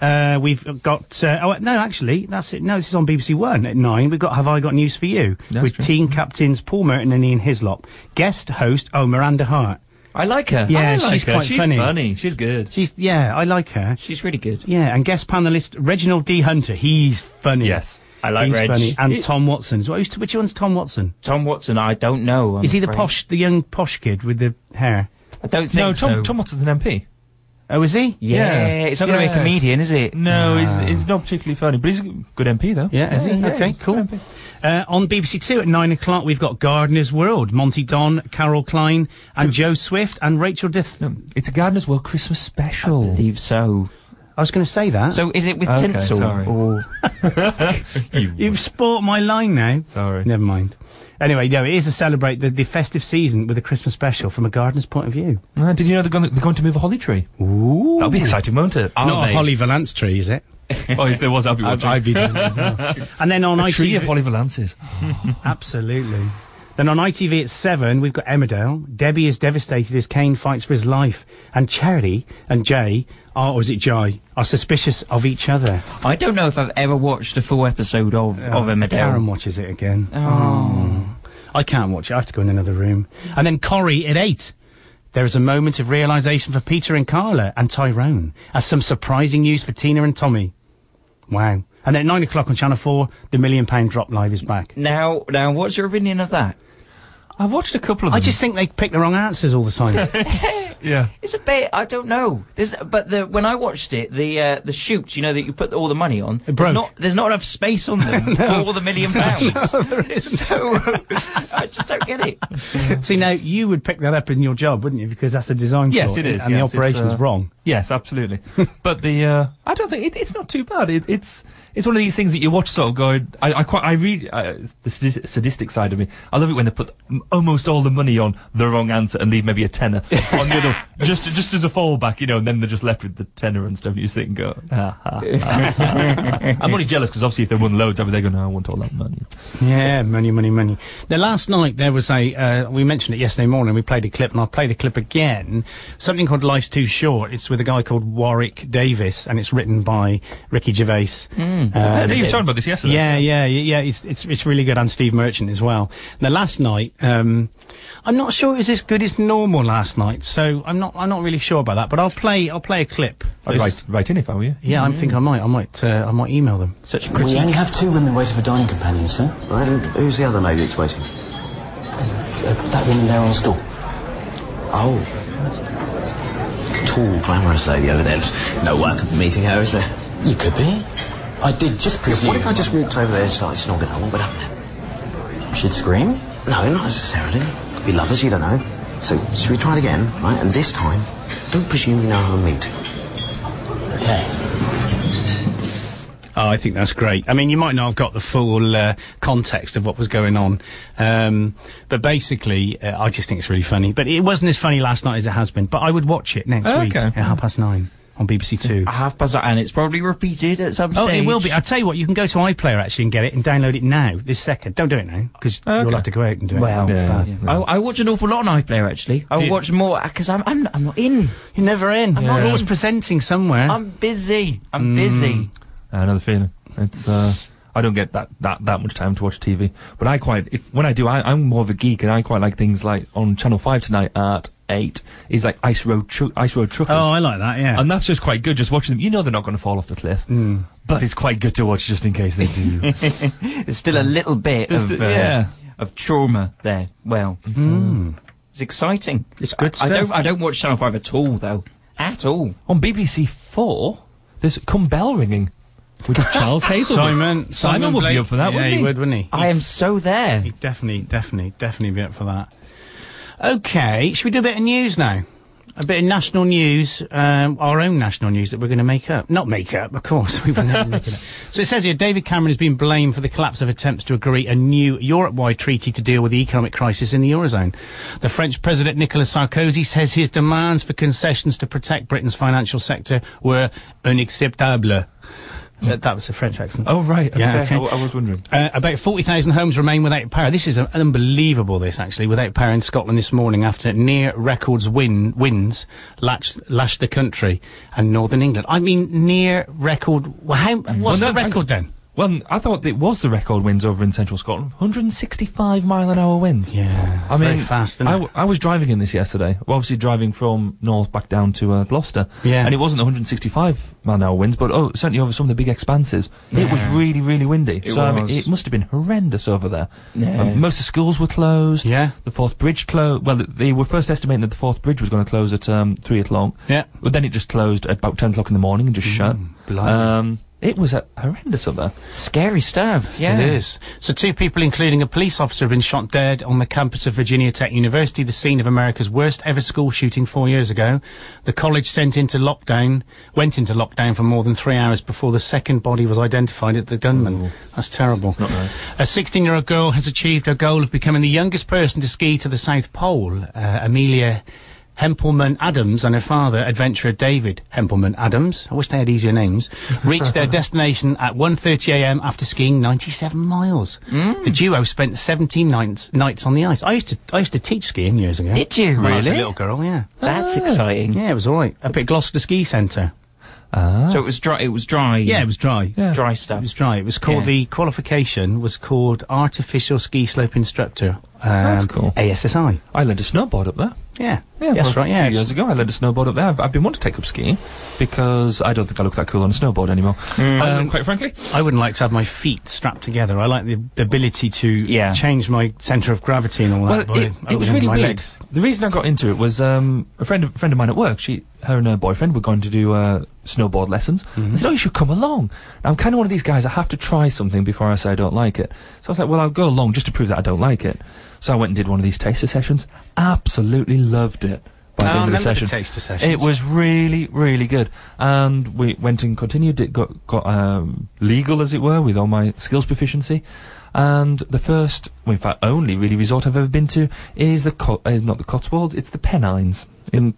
uh, we've got. Uh, oh, no, actually, that's it. No, this is on BBC One at 9. We've got Have I Got News for You That's with true. team captains Paul Merton and Ian Hislop. Guest host, oh, Miranda Hart. I like her. Yeah, I like she's her. quite she's funny. She's good. She's, yeah, I like her. She's really good. Yeah, and guest panelist Reginald D. Hunter. He's funny. Yes, I like He's Reg. funny. And He- Tom Watson. as well. Who's- which one's Tom Watson? Tom Watson, I don't know. Oh, I'm Is he the afraid. posh, the young posh kid with the hair? I don't think No, Tom, so. Tom Watson's an MP. Oh, is he? yeah, Yeah. it's not going to be a Yes. comedian, is it? No, he's, he's not particularly funny, but he's a good MP though. Ah. Yeah, is he? Okay, he's a cool. good MP. Uh, on BBC Two at nine o'clock, we've got Gardener's World. Monty Don, Carol Klein, and Joe Swift and Rachel Dith. No, it's a Gardener's World Christmas I special. believe so. I was going to say that. So is it with Okay, tinsel? sorry. Or <laughs> You've spoilt my line now. Sorry. Never mind. Anyway, no, it is to celebrate the, the festive season with a Christmas special from a gardener's point of view. Uh, did you know they're going, they're going to move a holly tree? Ooh. That'll be exciting, won't it? Are Not they? a Holly Valance tree, is it? <laughs> oh, if there was, I'd be watching. <laughs> I'd be doing it as well. And then on a ITV, tree of holly valances. <laughs> absolutely. Then on ITV at seven, we've got Emmerdale. Debbie is devastated as Kane fights for his life, and Charity and Jay are, or is it Jai, are suspicious of each other. I don't know if I've ever watched a full episode of of Emmerdale. Karen watches it again. Mm. Oh. I can't watch it. I have to go in another room. And then Corrie at eight. There is a moment of realization for Peter and Carla and Tyrone, as some surprising news for Tina and Tommy. Wow. And at nine o'clock on Channel Four, the Million Pound Drop Live is back. Now, now, what's your opinion of that? I've <laughs> watched a couple of them. I just think they pick the wrong answers all the <laughs> time. yeah. It's a bit. I don't know. There's, but the when I watched it, the uh, the shoots, you know, that you put all the money on. broke. There's not, there's not enough space on <laughs> them for the million pounds. <laughs> so <laughs> I just don't get it. See, now you would pick that up in your job, wouldn't you? Because that's a design. Yes, flaw, it is. and yes, the it's, operation's uh, wrong. Yes, absolutely. <laughs> but the uh, I don't think it, it's not too bad. It, it's it's one of these things that you watch sort of going. I, I quite I read uh, the sadis- sadistic side of me. I love it when they put m- almost all the money on the wrong answer and leave maybe <laughs> a tenner on the other, just just as a fallback, you know. And then they're just left with the tenner and stuff. You just think, and go. "Ah, ah, <laughs> ah." I'm only jealous because obviously if they won loads, I'd be there going, no, I want all that money. Yeah, money, money, money. Now, last night there was a, uh, we mentioned it yesterday morning, we played a clip, and I'll play the clip again. Something called Life's Too Short. It's with a guy called Warwick Davis, and it's written by Ricky Gervais. Uh, I know Hmm. you were talking about this yesterday. Yeah, yeah, y- yeah. It's it's it's really good, and Steve Merchant as well. Now, last night, um, I'm not sure it was as good as normal last night, so I'm not I'm not really sure about that. But I'll play I'll play a clip. I'd write, write in if I were you. Yeah, I think I might I might uh, I might email them. Such We critique. only have two women waiting for dining companions, sir. Right, and who's the other lady that's waiting? Uh, that woman there on stall. Oh. Tall, glamorous lady over there. There's no work of meeting her, is there? You could be. I did just presume. What if I just walked over there and started snogging her? What would happen? She'd scream? No, not necessarily. Could be lovers, you don't know. So, should we try it again, right? And this time, don't presume you know who I'm meeting. Okay. Oh, I think that's great. I mean, you might not have got the full uh, context of what was going on, um, but basically, uh, I just think it's really funny. But it wasn't as funny last night as it has been. But I would watch it next Oh, week okay. at half past nine. on BBC Two. half past, and it's probably repeated at some stage. Oh, it will be. I'll tell you what, you can go to iPlayer actually and get it and download it now, this second. Don't do it now, because you'll have to go out and do it. Well, But- I, I watch an awful lot on iPlayer actually. I Do you? watch more because I'm, I'm I'm not in. You're never in. I'm I'm not always in. presenting somewhere. I'm busy. I'm <laughs> busy. Mm. Another feeling. It's uh, I don't get that, that that much time to watch TV. But I quite if when I do, I, I'm more of a geek, and I quite like things like on Channel Five tonight at eight is like Ice Road Tru- Ice Road Truckers. Oh, I like that. Yeah. Mm. and that's just quite good. Just watching them, you know they're not going to fall off the cliff, but it's quite good to watch just in case they do. <laughs> There's still a little bit There's of the- uh, yeah. of trauma there. Well, Mm. Mm. it's exciting. It's good I, I don't stuff. I don't watch Channel Five at all though. At all. on BBC Four, there's "Come Bell Ringing" with <laughs> <laughs> Charles Hazelwood. Simon, Simon, would Blake. be up for that, yeah, wouldn't he? would, wouldn't he? I am so there. He'd definitely, definitely, definitely be up for that. Okay, should we do a bit of news now? A bit of national news, um, our own national news that we're going to make up. Not make up, of course. <laughs> We would never make it <laughs> up. So it says here David Cameron has been blamed for the collapse of attempts to agree a new Europe wide treaty to deal with the economic crisis in the Eurozone. The French President Nicolas Sarkozy says his demands for concessions to protect Britain's financial sector were unacceptable. That, that was a French accent. Oh right, okay. Yeah, okay. I, I was wondering. Uh, about 40,000 homes remain without power. This is uh, unbelievable, this actually, without power in Scotland this morning after near records win, winds lashed, lashed the country and northern England. I mean, near record. Well, how, what's Mm. Well, the no, record then? Well, n- I thought it was the record winds over in central Scotland. 165 mile an hour winds. Yeah. I it's mean, very fast, isn't I, it? w- I was driving in this yesterday. Well, obviously driving from North back down to uh, Gloucester. Yeah. And it wasn't 165 mile an hour winds, but oh, certainly over some of the big expanses. It was Yeah. really, really windy. It so I mean, was. it must have been horrendous over there. Um, Yeah. most of the schools were closed. Yeah. The fourth bridge closed. Well, th- they were first estimating that the fourth bridge was going to close at um, three o'clock. Yeah. Mm, But then it just closed at about 10 o'clock in the morning and just shut. blimey. Um, it was uh, horrendous up there. Scary stuff. Yeah. It is. So, two people, including a police officer, have been shot dead on the campus of Virginia Tech University, the scene of America's worst ever school shooting four years ago. The college sent into lockdown, went into lockdown for more than three hours before the second body was identified as the gunman. That's terrible. Not nice. A 16 year old girl has achieved her goal of becoming the youngest person to ski to the South Pole. Uh, Amelia Hempelman Adams and her father, adventurer David Hempelman Adams, I wish they had easier names, reached <laughs> their destination at 1.30am after skiing 97 miles. The duo spent 17 nights, nights on the ice. I used to I used to teach skiing years ago. Did you When I was a really? little girl, yeah. Ah. That's exciting. Yeah, it was all right. Up at Gloucester Ski Centre. So it was dry. It was dry. Yeah, it was dry. dry It stuff. was dry. It was called Yeah. the qualification was called Artificial Ski Slope Instructor. Um, That's cool. ASSI. I learned to snowboard up there. Yeah. Yeah, Yes, well, right. A Yeah. few years ago, I learned to snowboard up there. I've, I've been wanting to take up skiing because I don't think I look that cool on a snowboard anymore. Mm. Um, quite frankly, I wouldn't like to have my feet strapped together. I like the the ability to Yeah. change my centre of gravity and all well, that. by it, it was opening really my weird. Legs. The reason I got into it was um, a friend of friend of mine at work. She, her and her boyfriend were going to do uh, snowboard lessons. Mm-hmm. I said, "Oh, you should come along." I'm kind of one of these guys. I have to try something before I say I don't like it. So I was like, "Well, I'll go along just to prove that I don't like it." So I went and did one of these taster sessions. Absolutely loved it. Oh, By the I end of remember the the session, taster sessions. it was was really, really good. And we went and continued, did, got, got um, legal, as it were, with all my skills proficiency. And the first, well, in fact, only really resort I've ever been to is the, Co- is not the Cotswolds, it's the Pennines. In,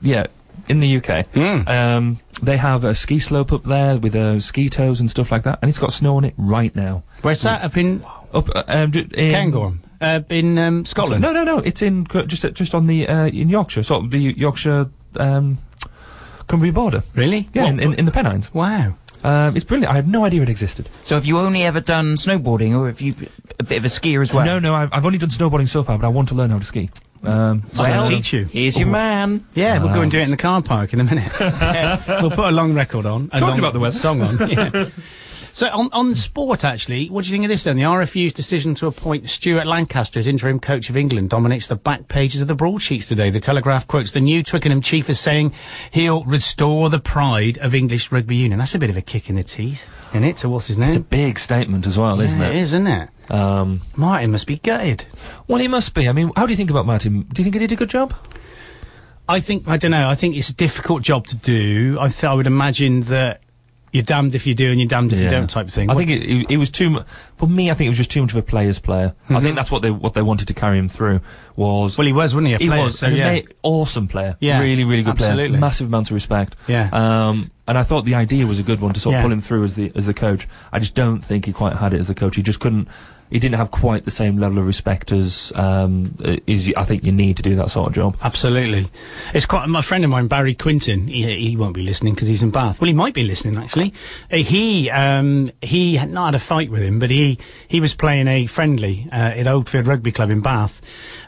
yeah, in the UK. Hmm. Um, they have a ski slope up there with uh, ski toes and stuff like that. And it's got snow on it right now. Where's that? Up in Up uh, um, d- in Cairngorm. Uh, in um, Scotland. No, no, no. It's in Cr- just uh, just on the uh, in Yorkshire, sort of the Yorkshire um, Cumbria border. Really? Yeah, What? in, in, in the Pennines. Wow. Um, it's brilliant. I had no idea it existed. Uh, So have you only ever done snowboarding, or have you a bit of a skier as well? No, no, I've, I've only done snowboarding so far, but I want to learn how to ski. Um, Oh. I'll Well, teach you. Here's your man. Yeah, we'll go and do it in the car park in a minute. <laughs> we'll put a long record on. a Talking long about the weather. Song <laughs> on. yeah. So on, on sport, actually, what do you think of this then? The RFU's decision to appoint Stuart Lancaster as interim coach of England dominates the back pages of the broadsheets today. The Telegraph quotes the new Twickenham chief as saying he'll restore the pride of English rugby union. That's a bit of a kick in the teeth, isn't it? So what's his name? it's a big statement as well, isn't Yeah, it? It is, isn't it? Um, Martin must be gutted. well, he must be. I mean, how do you think about Martin? Do you think he did a good job? I think I don't know. I think it's a difficult job to do. I th- I would imagine that you're damned if you do and you're damned if you Yeah. don't type thing. I What- think it, it, it was too. Mu- for me, I think it was just too much of a player's player. I think that's what they what they wanted to carry him through was. Mm-hmm. Well, he was, wasn't he? A he player, was so an yeah. ama- awesome player. Yeah, really, really good absolutely. player. Massive amount of respect. Yeah. Um, and I thought the idea was a good one to sort Yeah. of pull him through as the as the coach. I just don't think he quite had it as the coach. He just couldn't. He didn't have quite the same level of respect as um, uh, is I think you need to do that sort of job. Absolutely. It's quite, my friend of mine, Barry Quinton, he, he won't be listening because he's in Bath. Well, he might be listening, actually. Uh, He, um, he had not had a fight with him, but he, he was playing a friendly, uh, at Oldfield Rugby Club in Bath.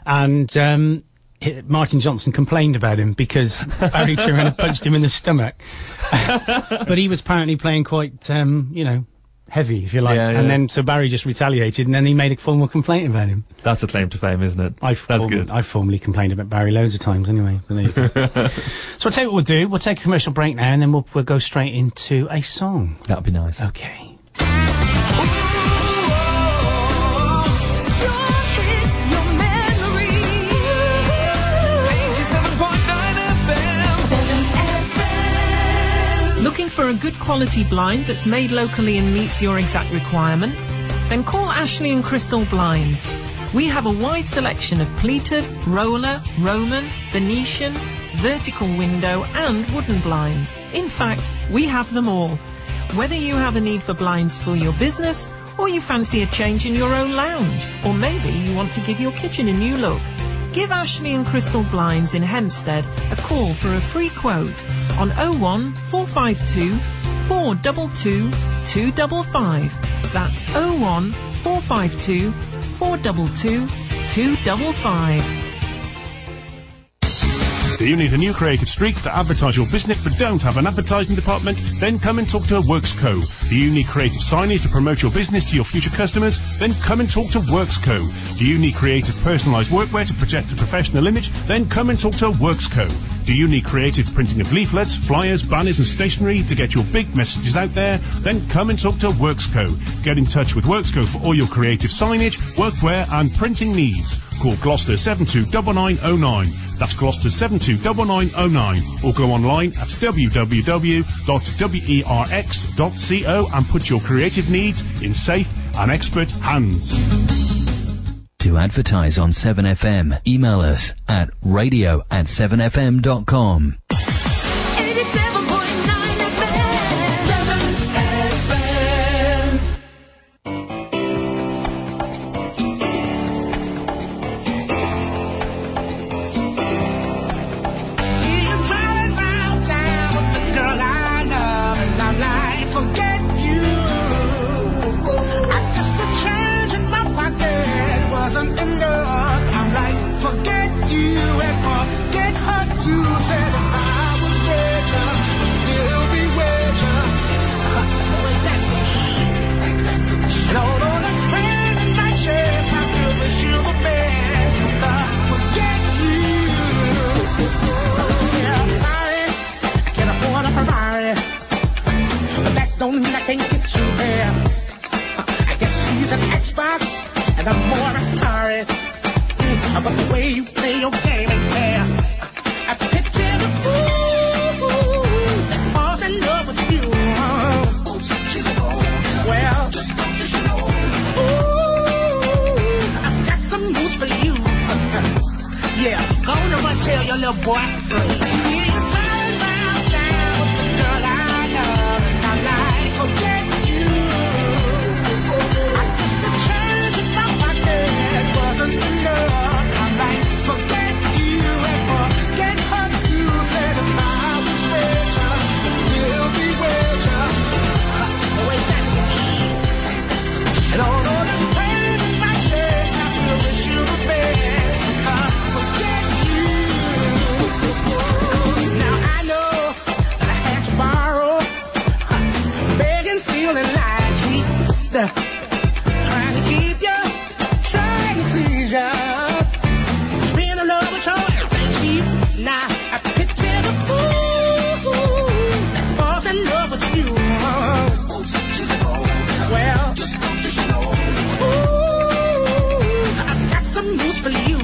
And, um, he- Martin Johnson complained about him <laughs> because Barry turned around and punched him in the stomach. <laughs> but he was apparently playing quite, um, you know, heavy, if you like. Yeah, yeah. And then, so Barry just retaliated and then he made a formal complaint about him. That's a claim to fame, isn't it? I've That's form- good. I've formally complained about Barry loads of times anyway. but there you go. <laughs> so I'll tell you what we'll do. We'll take a commercial break now and then we'll, we'll go straight into a song. That'd be nice. Okay. Looking for a good quality blind that's made locally and meets your exact requirement? Then call Ashley and Crystal Blinds. We have a wide selection of pleated, roller, Roman, Venetian, vertical window and wooden blinds. In fact, we have them all. Whether you have a need for blinds for your business or you fancy a change in your own lounge or maybe you want to give your kitchen a new look. Give Ashley and Crystal Blinds in Hempstead a call for a free quote on 01 452 422 255. That's 01 452 422 255. <laughs> Do you need a new creative streak to advertise your business but don't have an advertising department? Then come and talk to Works Co. Do you need creative signage to promote your business to your future customers? Then come and talk to Works Co. Do you need creative personalized workwear to project a professional image? Then come and talk to Works Co. Do you need creative printing of leaflets, flyers, banners, and stationery to get your big messages out there? Then come and talk to Worksco. Get in touch with Worksco for all your creative signage, workwear, and printing needs. Call Gloucester 729909. That's Gloucester 729909. Or go online at e www.werx.co and put your creative needs in safe and expert hands. To advertise on 7FM, email us at radio at 7FM.com. Said if I was richer, I'd still be richer. <laughs> Well, that's some shit. That's some shit. And although there's pain in my chest, I still wish you the best. And I forget you. Oh, yeah, I'm sorry. I can't afford a Ferrari. But that don't mean I can't get you there. I guess he's an Xbox, and I'm more of an Atari. Mm, But the way you play your game is fair. I picture the fool that falls in love with you. Well, ooh, I've got some news for you. <laughs> Yeah, go on and run tell your little boy. See you turn round down with the girl I love, and I'm like, forget you. I guess the change in my pocket wasn't enough. I'm like, forget you and forget her too. Said if I was richer, I'd still be richer. Oh, ain't that some shit? And although there's pain in my chest, I still wish you the best. I forget you. Now I know that I had to borrow, beg and steal and lie, cheat, uh, trying to keep you, trying to please you. Just being in love with your everything cheap. Now I picture the fool that falls in love with you. Well, Ooh, I've got some news for you.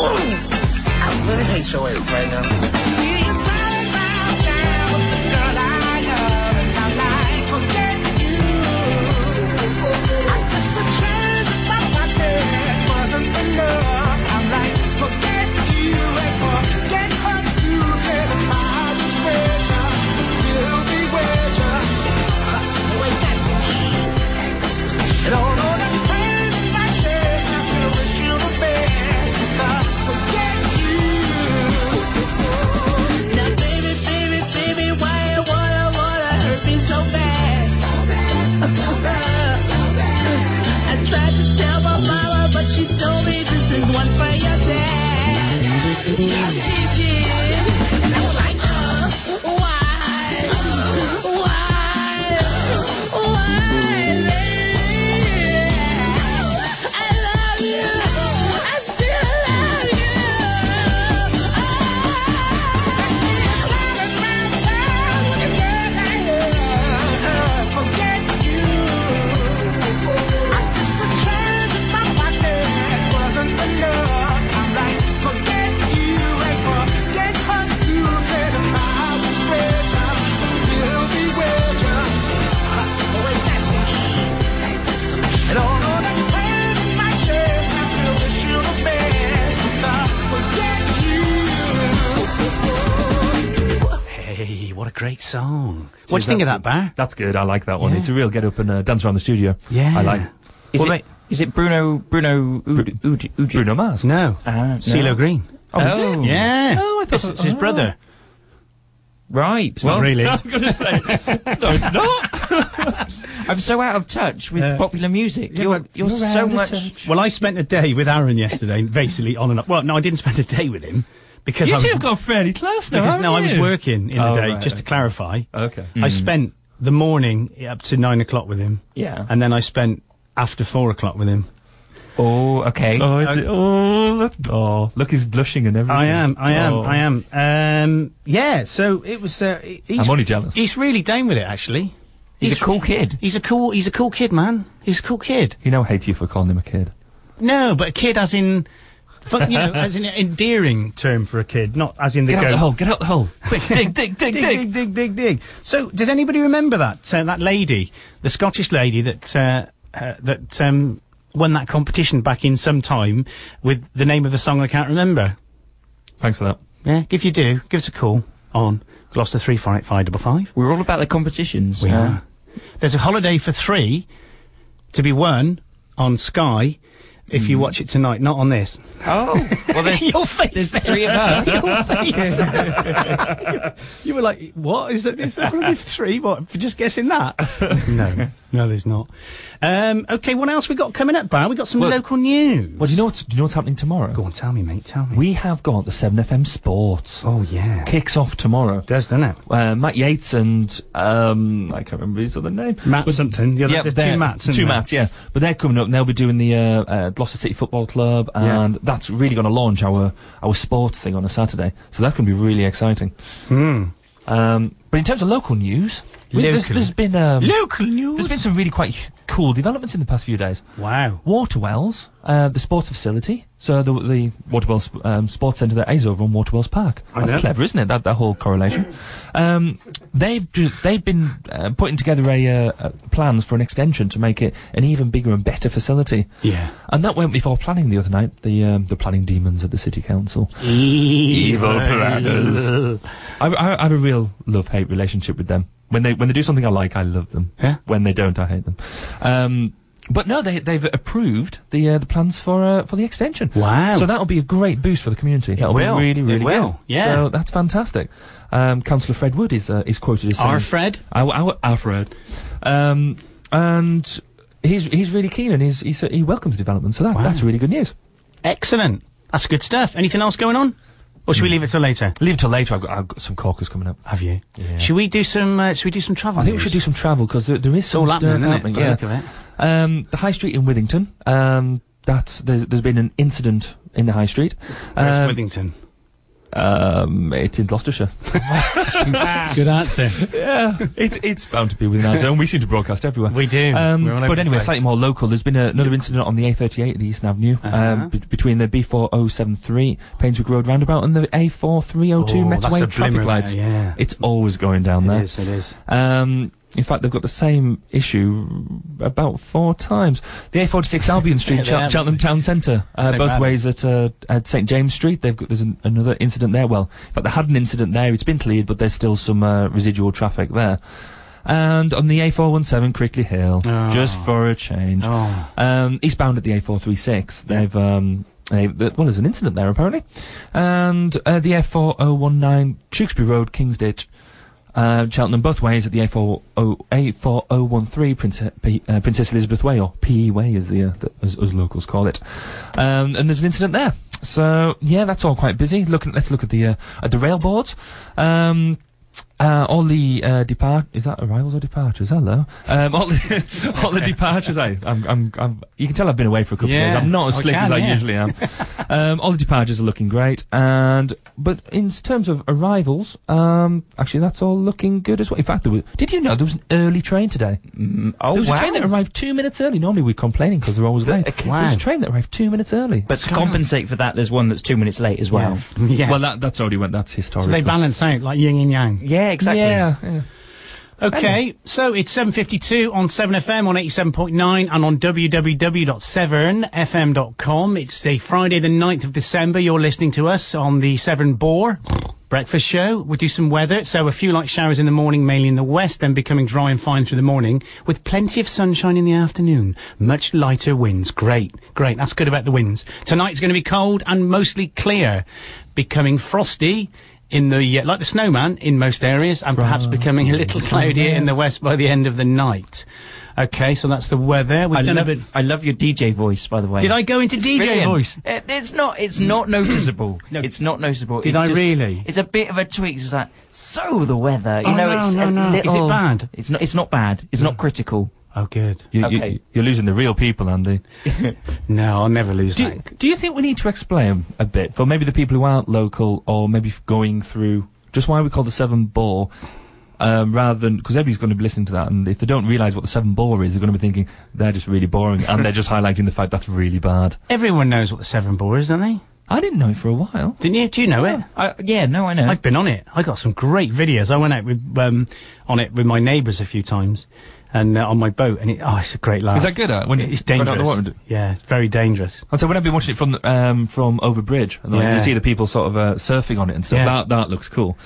Ooh, I really hate your ass right now. See you turn around down with the girl I love, and I'm so bad. So bad. So bad. I tried to tell my mama, but she told me this is one for your dad. And she did. And I was like, uh, why? Why? Why, lady? I love you. I still love you. Forget you. I'm just a child in my body. That wasn't enough. I'm like, forget you and forget until you said I was treasure, but still be treasure. Oh, and that's and although that's pain in my chest, I still wish you the best. I forget you. Hey, what a great song. Jeez, what do you think of that's that, Bar? good. That's good. I like that one. Yeah. It's a real get up and uh, dance around the studio. Yeah. I like. Is it, is it Bruno Bruno Ud, Ud, Ud, Bruno Mars? No. <laughs> Ah. CeeLo Green. Oh, is it? Yeah. Oh, I thought it's, it's his oh. brother. Right. It's not <laughs> really. I was going to say. no, <laughs> it's not. I'm so out of touch Uh, with popular music. you're you're, so much. Well, I spent a day with Aaron yesterday, basically on and off. Well, no, I didn't spend a day with him because you I was, two have got fairly close now. because no, I haven't was you? working in Oh, the day. right, just to okay. clarify, Okay. Hmm. I Mm. spent the morning up to nine o'clock with him. Yeah. and then I spent after four o'clock with him. Uh, Oh, okay. Oh, I did- oh, look! Oh, look, he's blushing and everything. I am, I am, Oh. I am. Um, yeah, so it was. Uh, he- he's, I'm only jealous. He's really down with it, actually. He's a cool kid. He's a cool. He's a cool kid, man. He's a cool kid. He now hates you for calling him a kid. No, but a kid as in, fu- you know, as in an endearing term for a kid, not as in the Get go. out the hole! Get out the hole! <laughs> Quick, dig, dig, dig, dig, dig, dig, dig, dig. So, does anybody remember that uh, that lady, the Scottish lady that uh, uh, that um, won that competition back in some time with the name of the song I can't remember? Thanks for that. Yeah, if you do, give us a call on Gloucester three five five double five. We're all about the competitions. We uh, are. There's a holiday for three to be won on Sky. If Hmm. you watch it tonight, not on this. Oh, well, there's, <laughs> Your face there's there. three of <laughs> us. <laughs> Your face. <laughs> you were like, "What is it? Is there only three? What for just guessing that?" <laughs> no, no, there's not. Um, okay, what else we got coming up, Bar? We got some Well- local news. Well, do you know what's do you know what's happening tomorrow? Go on, tell me, mate. Tell me. We have got the Seven FM Sports. Oh yeah, Kicks off tomorrow. does doesn't it? Uh, Matt Yates and um, I can't remember his other name. Matt something. Yeah, Yeah, there's they're- two mats. Two Matts, yeah. But they're coming up. and They'll be doing the uh, uh, Gloucester City Football Club, Yeah. and that's really going to launch our our sports thing on a Saturday. So that's going to be really exciting. Hmm. Um, but in terms of local news, we- there's, Local. there's been um, Local news. there's been some really quite h- cool developments in the past few days. Wow. Waterwells, uh, the sports facility, so the, the Waterwells um, Sports Centre that is over on Waterwells Park. I That's know. clever, isn't it? That that whole correlation. Um, they've do, they've been uh, putting together a uh, uh, plans for an extension to make it an even bigger and better facility. Yeah. And that went before planning the other night. The um, the planning demons at the city council. Evil planners. I, I, I have a real love hate relationship with them. When they when they do something I like, I love them. Yeah. When they don't, I hate them. Um, but no, they they've approved the uh, the plans for uh, for the extension. Wow. So that'll be a great boost for the community. That'll will. be really It really will. good. Yeah. So that's fantastic. Um, Councillor Fred Wood is uh, is quoted as saying, Our Fred. our, our, our Fred. Um, and he's he's really keen and he's, he's he welcomes development. So that Wow. that's really good news. Excellent. That's good stuff. Anything else going on? Or should we leave it till later? Leave it till later. I've got, I've got some corkers coming up. Have you? Yeah. Should we do some? Uh, should we do some travel? I think we should do some travel because there, there is some all stuff happening, isn't it, happening. by the yeah. look of it? Um, the High Street in Withington. Um, that's there's, there's been an incident in the High Street. Where's Um, Withington? um, it's in Gloucestershire. Good answer. <laughs> yeah, <laughs> it's it's bound to be within our zone. We seem to broadcast everywhere. We do. Um, We're all over but the anyway, place. slightly more local. There's been a, another incident on the A38 at Eastern Avenue Uh-huh. um, b- oh between the B4073 Painswick Road roundabout and the A4302 Oh, that's a Metaway blimmer traffic lights. there, yeah. It's always going down there. It is. It is. Um, in fact, they've got the same issue about four times. The A46 Albion Yeah, <laughs> Street, they Chel- have. Cheltenham Town Centre, uh, Same both pattern. ways at uh, at St James Street. They've got there's an, another incident there. Well, in fact, they had an incident there. It's been cleared, but there's still some uh, residual traffic there. And on the A417 Crickley Hill, Oh. just for a change, Oh. um, eastbound at the A436, they've um, they, th well, there's an incident oh there apparently, and uh, the F4019 Tewkesbury Road, Kingsditch. Uh, Cheltenham both ways at the oh, A40, A4013 Prince, P, uh, Princess Elizabeth Way, or PE Way as the, uh, the as, as locals call it. Um, and there's an incident there. So yeah, that's all quite busy. Looking, let's look at the uh, at the rail board. Um, uh, all the uh, depart is that arrivals or departures? Hello. Um, all the <laughs> all the departures. I, I'm, I'm, I'm, you can tell I've been away for a couple of Yeah, days. I'm not as I slick can, as I yeah. <laughs> usually am. um, all the departures are looking great, and but in terms of arrivals, um, actually that's all looking good as well. In fact, there was, did you know there was an early train today? Mm, oh, there was a train wow. that arrived two minutes early. Normally we're complaining because they're always late. There was Wow. a train that arrived two minutes early. But to compensate for that, there's one that's two minutes late as well. Yeah. Yeah. Well, that, that's already went. That's historical. So they balance out like yin and yang. Yeah, exactly. Yeah. yeah. Okay, so it's 7.52 on 7FM on 87.9 and on www.severnfm.com. It's a Friday the 9th of December. You're listening to us on the Severn Boar breakfast show. We do some weather, so a few light showers in the morning, mainly in the west, then becoming dry and fine through the morning with plenty of sunshine in the afternoon. Much lighter winds. Great, great. That's good about the winds. Tonight's going to be cold and mostly clear, becoming frosty in the uh, like the snowman in most areas and perhaps becoming a little Oh, cloudier in the west by the end of the night. Okay, so that's the weather. We've I done love, a bit. I love your DJ voice, by the way. Did I go into DJ Brilliant. voice? It, it's not. It's not <clears throat> <clears throat> noticeable. It's not noticeable. Did it's I really? It's a bit of a tweak. It's like so the weather. Uh, You Oh, know, no, it's no, a no. Is it little- <laughs> bad? It's not. It's not bad. It's not critical. Oh, good. You, Okay. you, are losing the real people, Andy. <laughs> no, I'll never lose do, that. Do you think we need to explain a bit for maybe the people who aren't local or maybe f- going through just why we call the Seven Bore? Um, rather than because everybody's going to be listening to that, and if they don't realise what the seven bore is, they're going to be thinking they're just really boring, <laughs> and they're just highlighting the fact that's really bad. Everyone knows what the Severn Bore is, don't they? I didn't know it for a while. Didn't you? Do you know it? I, yeah, no, I know. I've been on it. I got some great videos. I went out with um, on it with my neighbours a few times, and uh, on my boat. And it, oh, it's a great laugh. Is that good? Uh, when you it's run out dangerous. the water? yeah, it's very dangerous. And so when I've been watching it from the- um, from over bridge, and like, Yeah. you see the people sort of uh, surfing on it and stuff, Yeah. that that looks cool.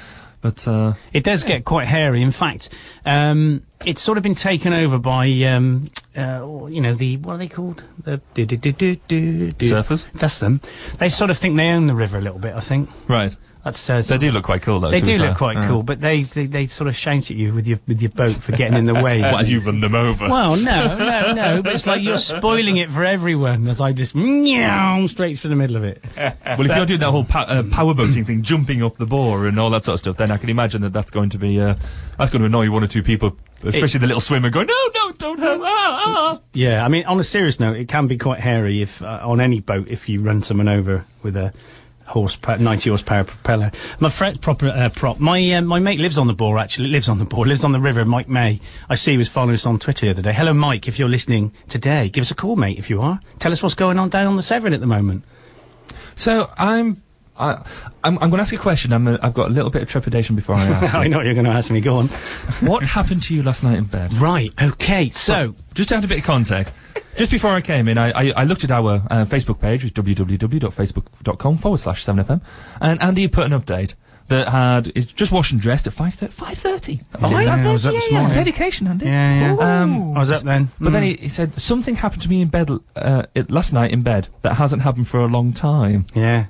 But uh, It does get quite hairy. In fact, um, it's sort of been taken over by, um, uh, you know, the what are they called? The do, do, do, do, do, do. Surfers? That's them. They sort of think they own the river a little bit. I think right, that's. Uh, they do look quite cool though. They to be do fair. look quite Yeah. cool, but they, they they sort of shout at you with your with your <laughs> boat for getting <laughs> in the way. What, as you run them over? Well, <laughs> no, no, no, but it's like you're spoiling it for everyone as I just meow straight through the middle of it. Well, if you're doing that whole pa- uh, powerboating thing, jumping off the bore and all that sort of stuff, then I can imagine that that's going to be uh, that's going to annoy one or two people, especially the little swimmer going, "No, no, don't help!" Ah, ah. Yeah, I mean, on a serious note, it can be quite hairy if uh, on any boat if you run someone over with a horse ninety horsepower propeller. My friend's proper uh, prop. My uh, my mate lives on the bore actually. Lives on the bore. Lives on the river. Mike May. I see he was following us on Twitter the other day. Hello, Mike. If you're listening today, give us a call, mate. If you are, tell us what's going on down on the Severn at the moment. So I'm. <laughs> I, I'm, I'm going to ask you a question. I'm a, I've got a little bit of trepidation before <laughs> I ask. I it. know what you're going to ask me. Go on. what happened to you last night in bed? Right. Okay. So. Just to add a bit of context, just before I came in, I, I, I looked at our uh, Facebook page, which is www.facebook.com forward slash 7FM, and Andy had put an update that had, is just washed and dressed at 5.30. 5.30? I was up this yeah, morning. dedication, Andy. Yeah, yeah. Um, I was up then. but then Mm. he, he said, something happened to me in bed uh, it, last night in bed that hasn't happened for a long time. Yeah.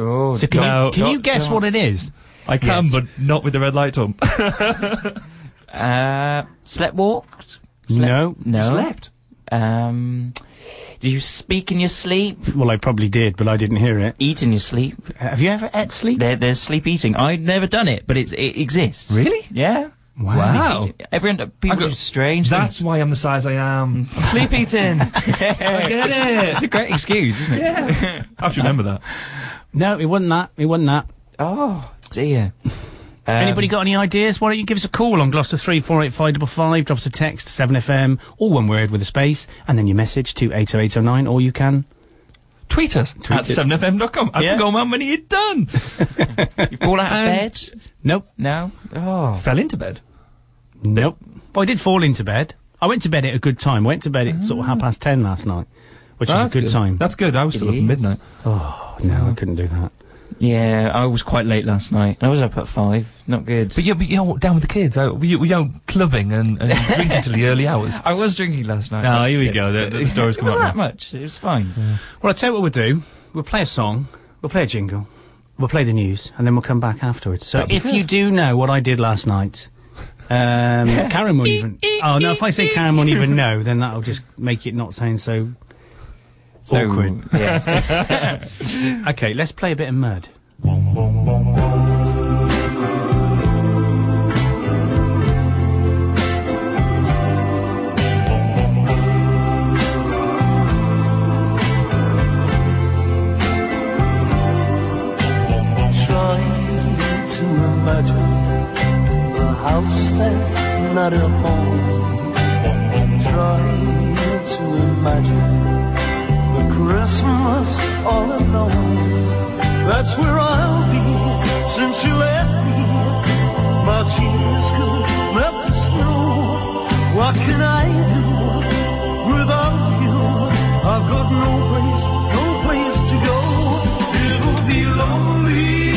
Oh, So can, No, you, can don't- you guess don't. what it is? I can, but not with the red light on. <laughs> uh, slept walked. No. No. Slept. Um, did you speak in your sleep? Well, I probably did, but I didn't hear it. Eat in your sleep? Have you ever ate sleep? There, there's sleep eating. I've never done it, but it's, it exists. Really? Yeah. Wow. Sleep eating. Everyone, people I got- do strange. things. That's why I'm the size <laughs> I am. I'm sleep eating. <laughs> I get It's it. a great excuse, isn't it? <laughs> <laughs> Yeah. I have to remember that. No, it wasn't that. It wasn't that. Oh dear. Um, Anybody got any ideas? Why don't you give us a call on Gloucester three four eight five double five? Drop us a text seven FM, all one word with a space, and then your message to eight oh eight oh nine, or you can. Tweet us at 7fm.com. I Yeah. forgot how many you'd done. You fall out of Um, bed? Nope, No. Oh. Fell into bed. nope. Well, I did fall into bed. I went to bed at a good time. Went to bed at sort of half past ten last night, which is a good, time. That's good. I was still It up at is. midnight. oh no, I couldn't do that. Yeah, I was quite late last night. I was up at five. Not good. But yeah, but you're down with the kids. Uh, were, you, were you out clubbing <laughs> and, and drinking till the early hours? <laughs> I was drinking last night. Ah, here we go. The- the story's It come wasn't out that much. It was fine. Well, I'll tell you what we'll do. We'll play a song, we'll play a jingle, we'll play the news, and then we'll come back afterwards. So That'd be if good. you do know what I did last night, <laughs> Um, Karen won't even. Oh no! If I say Karen won't even know, then that'll just make it not sound so, So, awkward. yeah. <laughs> okay, let's play a bit of mud. Trying to imagine a house that's not a home. Trying to imagine a Christmas all alone. That's where I'll be since you left me. My tears could melt the snow. What can I do without you? I've got no place, no place to go. It'll be lonely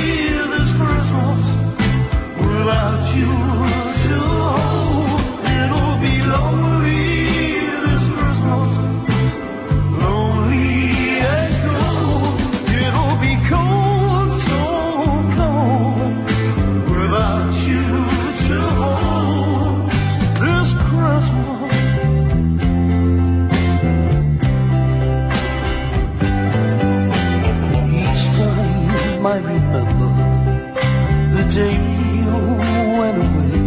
this Christmas without you. to hold. It'll be lonely this Christmas, lonely and cold. It'll be cold, so cold without you to hold this Christmas. Each time I remember the day you went away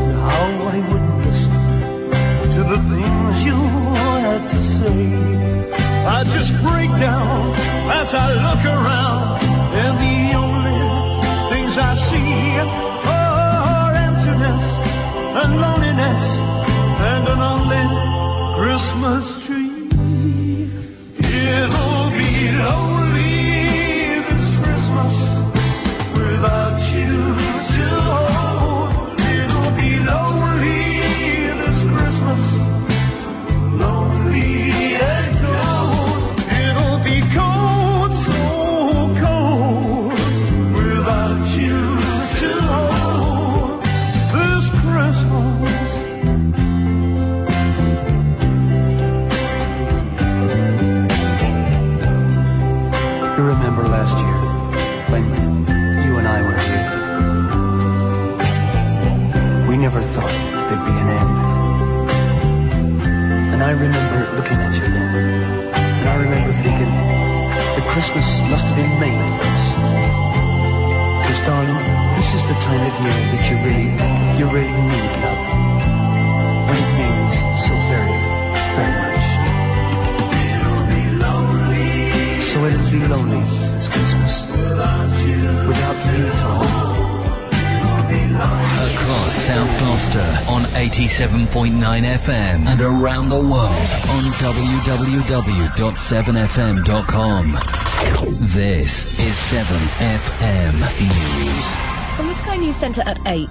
and how I would listen to the things you had to say. I just break down as I look around and the only things I see are emptiness and loneliness and an unlit Christmas tree. It'll be lonely this Christmas without you to hold. It'll be lonely this Christmas, lonely and cold. It'll be cold, so cold without you to hold this Christmas. You remember last year when you and I were here? We never thought there'd be an end. And I remember looking at you then. And I remember thinking that Christmas must have been made for us. Because darling, this is the time of year that you really, you really need love. When it means so very, very much. So it'll be lonely this Christmas without you at all. Across South Gloucester on 87.9 FM and around the world on www.7fm.com. This is 7FM News. From the Sky News Centre at 8.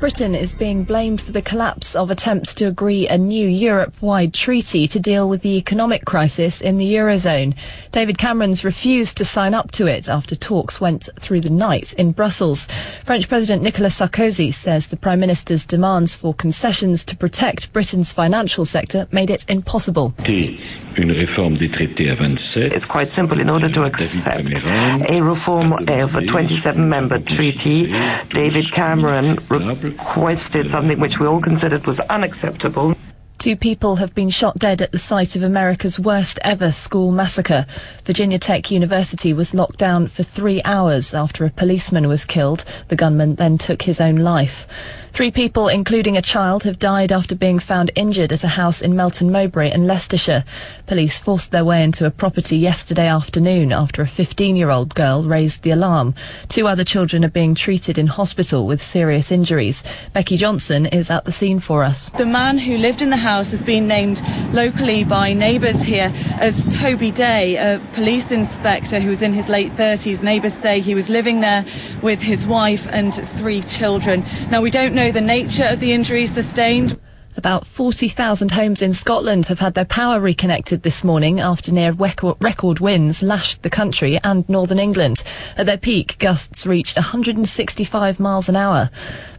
Britain is being blamed for the collapse of attempts to agree a new Europe wide treaty to deal with the economic crisis in the Eurozone. David Cameron's refused to sign up to it after talks went through the night in Brussels. French President Nicolas Sarkozy says the Prime Minister's demands for concessions to protect Britain's financial sector made it impossible. une réforme des traités à 27. It's quite simple. In order to accept A reform of a 27 member treaty, David Cameron requested something which we all considered was unacceptable. Two people have been shot dead at the site of America's worst ever school massacre. Virginia Tech University was locked down for three hours after a policeman was killed. The gunman then took his own life. Three people, including a child, have died after being found injured at a house in Melton Mowbray in Leicestershire. Police forced their way into a property yesterday afternoon after a 15-year-old girl raised the alarm. Two other children are being treated in hospital with serious injuries. Becky Johnson is at the scene for us. The man who lived in the house has been named locally by neighbours here as Toby Day, a police inspector who was in his late 30s. Neighbours say he was living there with <laughs> his wife and three children. Now, we don't know the nature of the injuries sustained. About 40,000 homes in Scotland have had their power reconnected this morning after near record, record winds lashed the country and northern England. At their peak, gusts reached 165 miles an hour.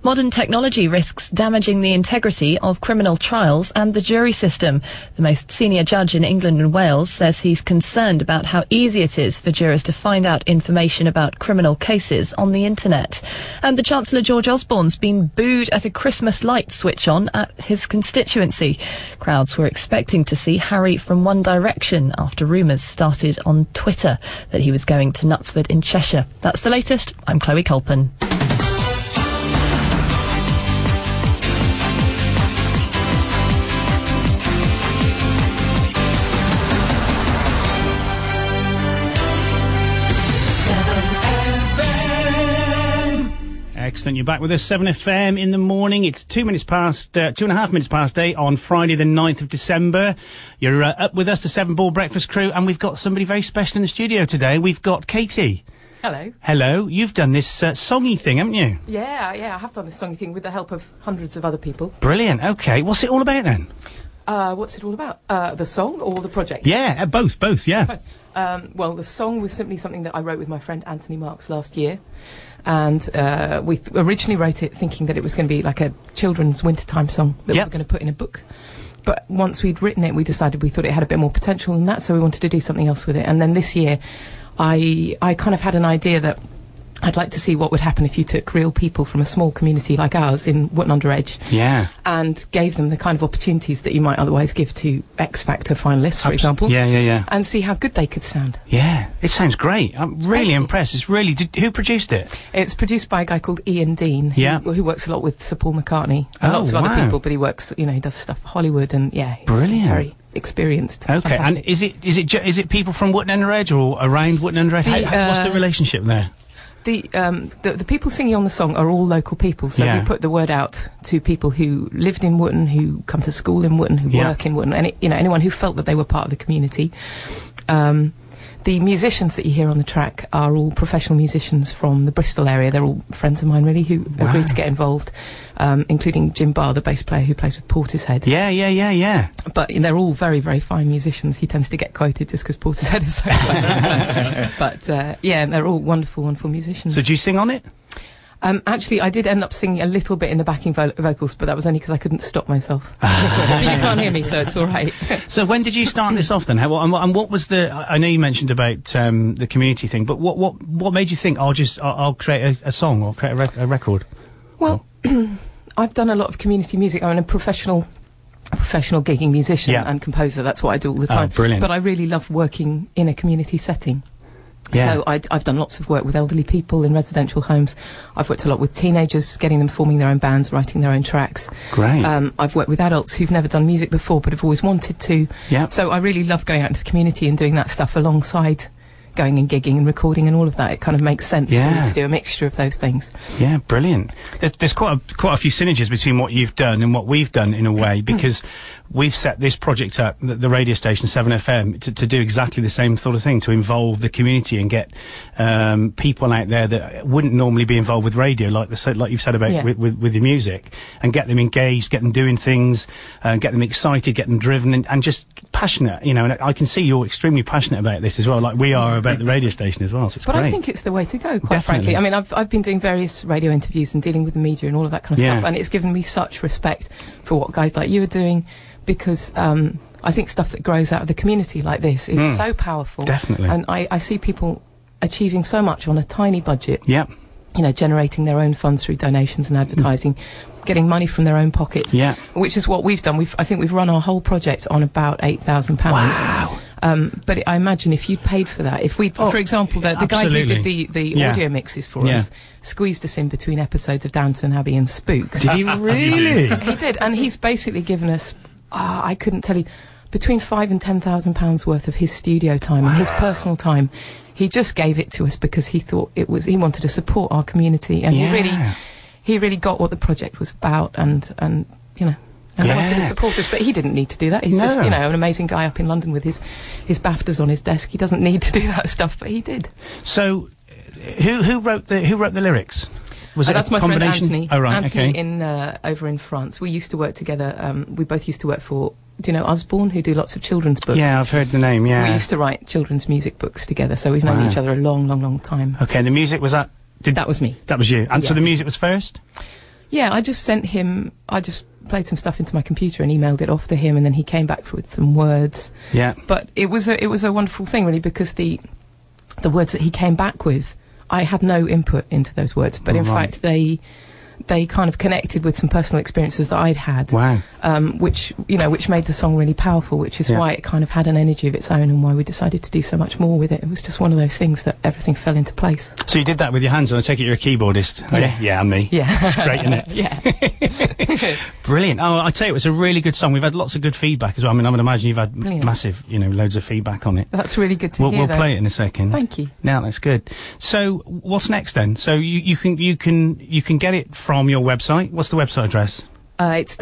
Modern technology risks damaging the integrity of criminal trials and the jury system. The most senior judge in England and Wales says he's concerned about how easy it is for jurors to find out information about criminal cases on the internet. And the Chancellor George Osborne's been booed at a Christmas light switch on at his constituency. Crowds were expecting to see Harry from One Direction after rumours started on Twitter that he was going to Knutsford in Cheshire. That's the latest. I'm Chloe Culpin. Excellent. You're back with us, 7FM in the morning. It's two minutes past, uh, two and a half minutes past eight on Friday, the 9th of December. You're uh, up with us, the Seven Ball Breakfast Crew, and we've got somebody very special in the studio today. We've got Katie. Hello. Hello. You've done this uh, songy thing, haven't you? Yeah, yeah, I have done this songy thing with the help of hundreds of other people. Brilliant. Okay. What's it all about then? Uh, what's it all about? Uh, the song or the project? Yeah, uh, both, both, <laughs> yeah. Um, well, the song was simply something that I wrote with my friend Anthony Marks last year. And uh, we th- originally wrote it thinking that it was going to be like a children's wintertime song that we were going to put in a book. But once we'd written it, we decided we thought it had a bit more potential than that, so we wanted to do something else with it. And then this year, I, I kind of had an idea that I'd like to see what would happen if you took real people from a small community like ours in Wootton Under Edge Yeah. and gave them the kind of opportunities that you might otherwise give to X Factor finalists, for Abs- example. yeah, yeah, yeah. And see how good they could sound. Yeah. It sounds great. I'm really impressed. It's really. Did, who produced it? It's produced by a guy called Ian Dean, who, Yeah. who works a lot with Sir Paul McCartney and Oh, lots of other wow. people, but he works, you know, he does stuff for Hollywood and, yeah. he's Brilliant. Very experienced. Okay, and is it is it ju- is it people from Wootton Under Edge or around Wootton Under Edge? The, How- how- what's the uh, relationship there? The, um, the the people singing on the song are all local people, so Yeah. we put the word out to people who lived in Wootton, who come to school in Wootton, who Yeah. work in Wootton, and you know anyone who felt that they were part of the community. Um, the musicians that you hear on the track are all professional musicians from the Bristol area. They're all friends of mine, really, who agreed to get involved, um, including Jim Barr, the bass player who plays with Portishead. Yeah, yeah, yeah, yeah. But they're all very, very fine musicians. He tends to get quoted just because Portishead is so <laughs> close. <laughs> but uh, yeah, and they're all wonderful, wonderful musicians. So do you sing on it? Um, actually, I did end up singing a little bit in the backing vo- vocals, but that was only because I couldn't stop myself. but <laughs> you can't hear me, so it's all right. So when did you start this off then? How, and, what- and what was the? I I know you mentioned about um, the community thing, but what what what made you think I'll just I'll, I'll create a, a song or create a, rec- a record? Well, <clears throat> I've done a lot of community music. I'm a professional, a professional gigging musician Yeah. and composer. That's what I do all the Oh, time. brilliant. But I really love working in a community setting. Yeah. So I, have done lots of work with elderly people in residential homes. I've worked a lot with teenagers, getting them forming their own bands, writing their own tracks. Great. Um, I've worked with adults who've never done music before but have always wanted to. Yeah. So I really love going out into the community and doing that stuff alongside going and gigging and recording and all of that. It kind of makes sense for Yeah. me to do a mixture of those things. Yeah, brilliant. There's, there's quite a, quite a few synergies between what you've done and what we've done in a way because we've set this project up, the, the radio station Seven FM, to, to do exactly the same sort of thing to involve the community and get um, people out there that wouldn't normally be involved with radio, like the sa- like you've said about Yeah. with, with with your music, and get them engaged, get them doing things, uh, get them excited, get them driven, and, and just passionate. You know, and I can see you're extremely passionate about this as well, like we are about the radio station as well. So it's but great. I think it's the way to go, quite Definitely. frankly. I mean, I've, I've been doing various radio interviews and dealing with the media and all of that kind of Yeah. stuff, and it's given me such respect for what guys like you are doing because um, I think stuff that grows out of the community like this is Mm. so powerful. Definitely. And I, I see people achieving so much on a tiny budget. Yeah. You know, generating their own funds through donations and advertising, getting money from their own pockets. Yeah. Which is what we've done. We've, I think we've run our whole project on about £8,000. Wow. Um, but I imagine if you'd paid for that, if we, Oh, for example, the, the guy who did absolutely. the, the Yeah. audio mixes for Yeah. us squeezed us in between episodes of Downton Abbey and Spooks. <laughs> Did he really? he did, and he's basically given us, ah, I couldn't tell you, between five and ten thousand pounds worth of his studio time and his personal time. He just gave it to us because he thought it was, he wanted to support our community, and Yeah. he really, he really got what the project was about, and, and, you know. And Yeah. wanted to support us, but he didn't need to do that. He's just, No. you know, an amazing guy up in London with his, his BAFTAs on his desk. He doesn't need to do that stuff, but he did. So, uh, who who wrote the who wrote the lyrics? Was Uh, it that's a my friend combination? Anthony. Oh, right, Anthony okay. in uh, over in France. We used to work together. Um, we both used to work for. Do you know Osborne, who do lots of children's books? Yeah, I've heard the name, yeah. we used to write children's music books together, so we've known Wow. each other a long, long, long time. Okay, and the music was that. Did, that was me. That was you. And so Yeah. the music was first. Yeah, I just sent him. I just played some stuff into my computer and emailed it off to him, and then he came back with some words. Yeah. But it was a, it was a wonderful thing, really, because the the words that he came back with, I had no input into those words, but in Right. fact they they kind of connected with some personal experiences that I'd had. Wow. Um, which you know, which made the song really powerful, which is Yeah. why it kind of had an energy of its own, and why we decided to do so much more with it. It was just one of those things that everything fell into place. So you did that with your hands, and I take it you're a keyboardist. Yeah. Yeah, yeah, me. Yeah, it's great, isn't it? yeah. <laughs> <laughs> Brilliant. Oh, I tell you, it's a really good song. We've had lots of good feedback as well. I mean, I would imagine you've had m- Brilliant. massive, you know, loads of feedback on it. That's really good to we'll, hear. We'll though. play it in a second. Thank you. Now that's good. So what's next then? So you, you can you can you can get it from your website. What's the website address? Uh, it's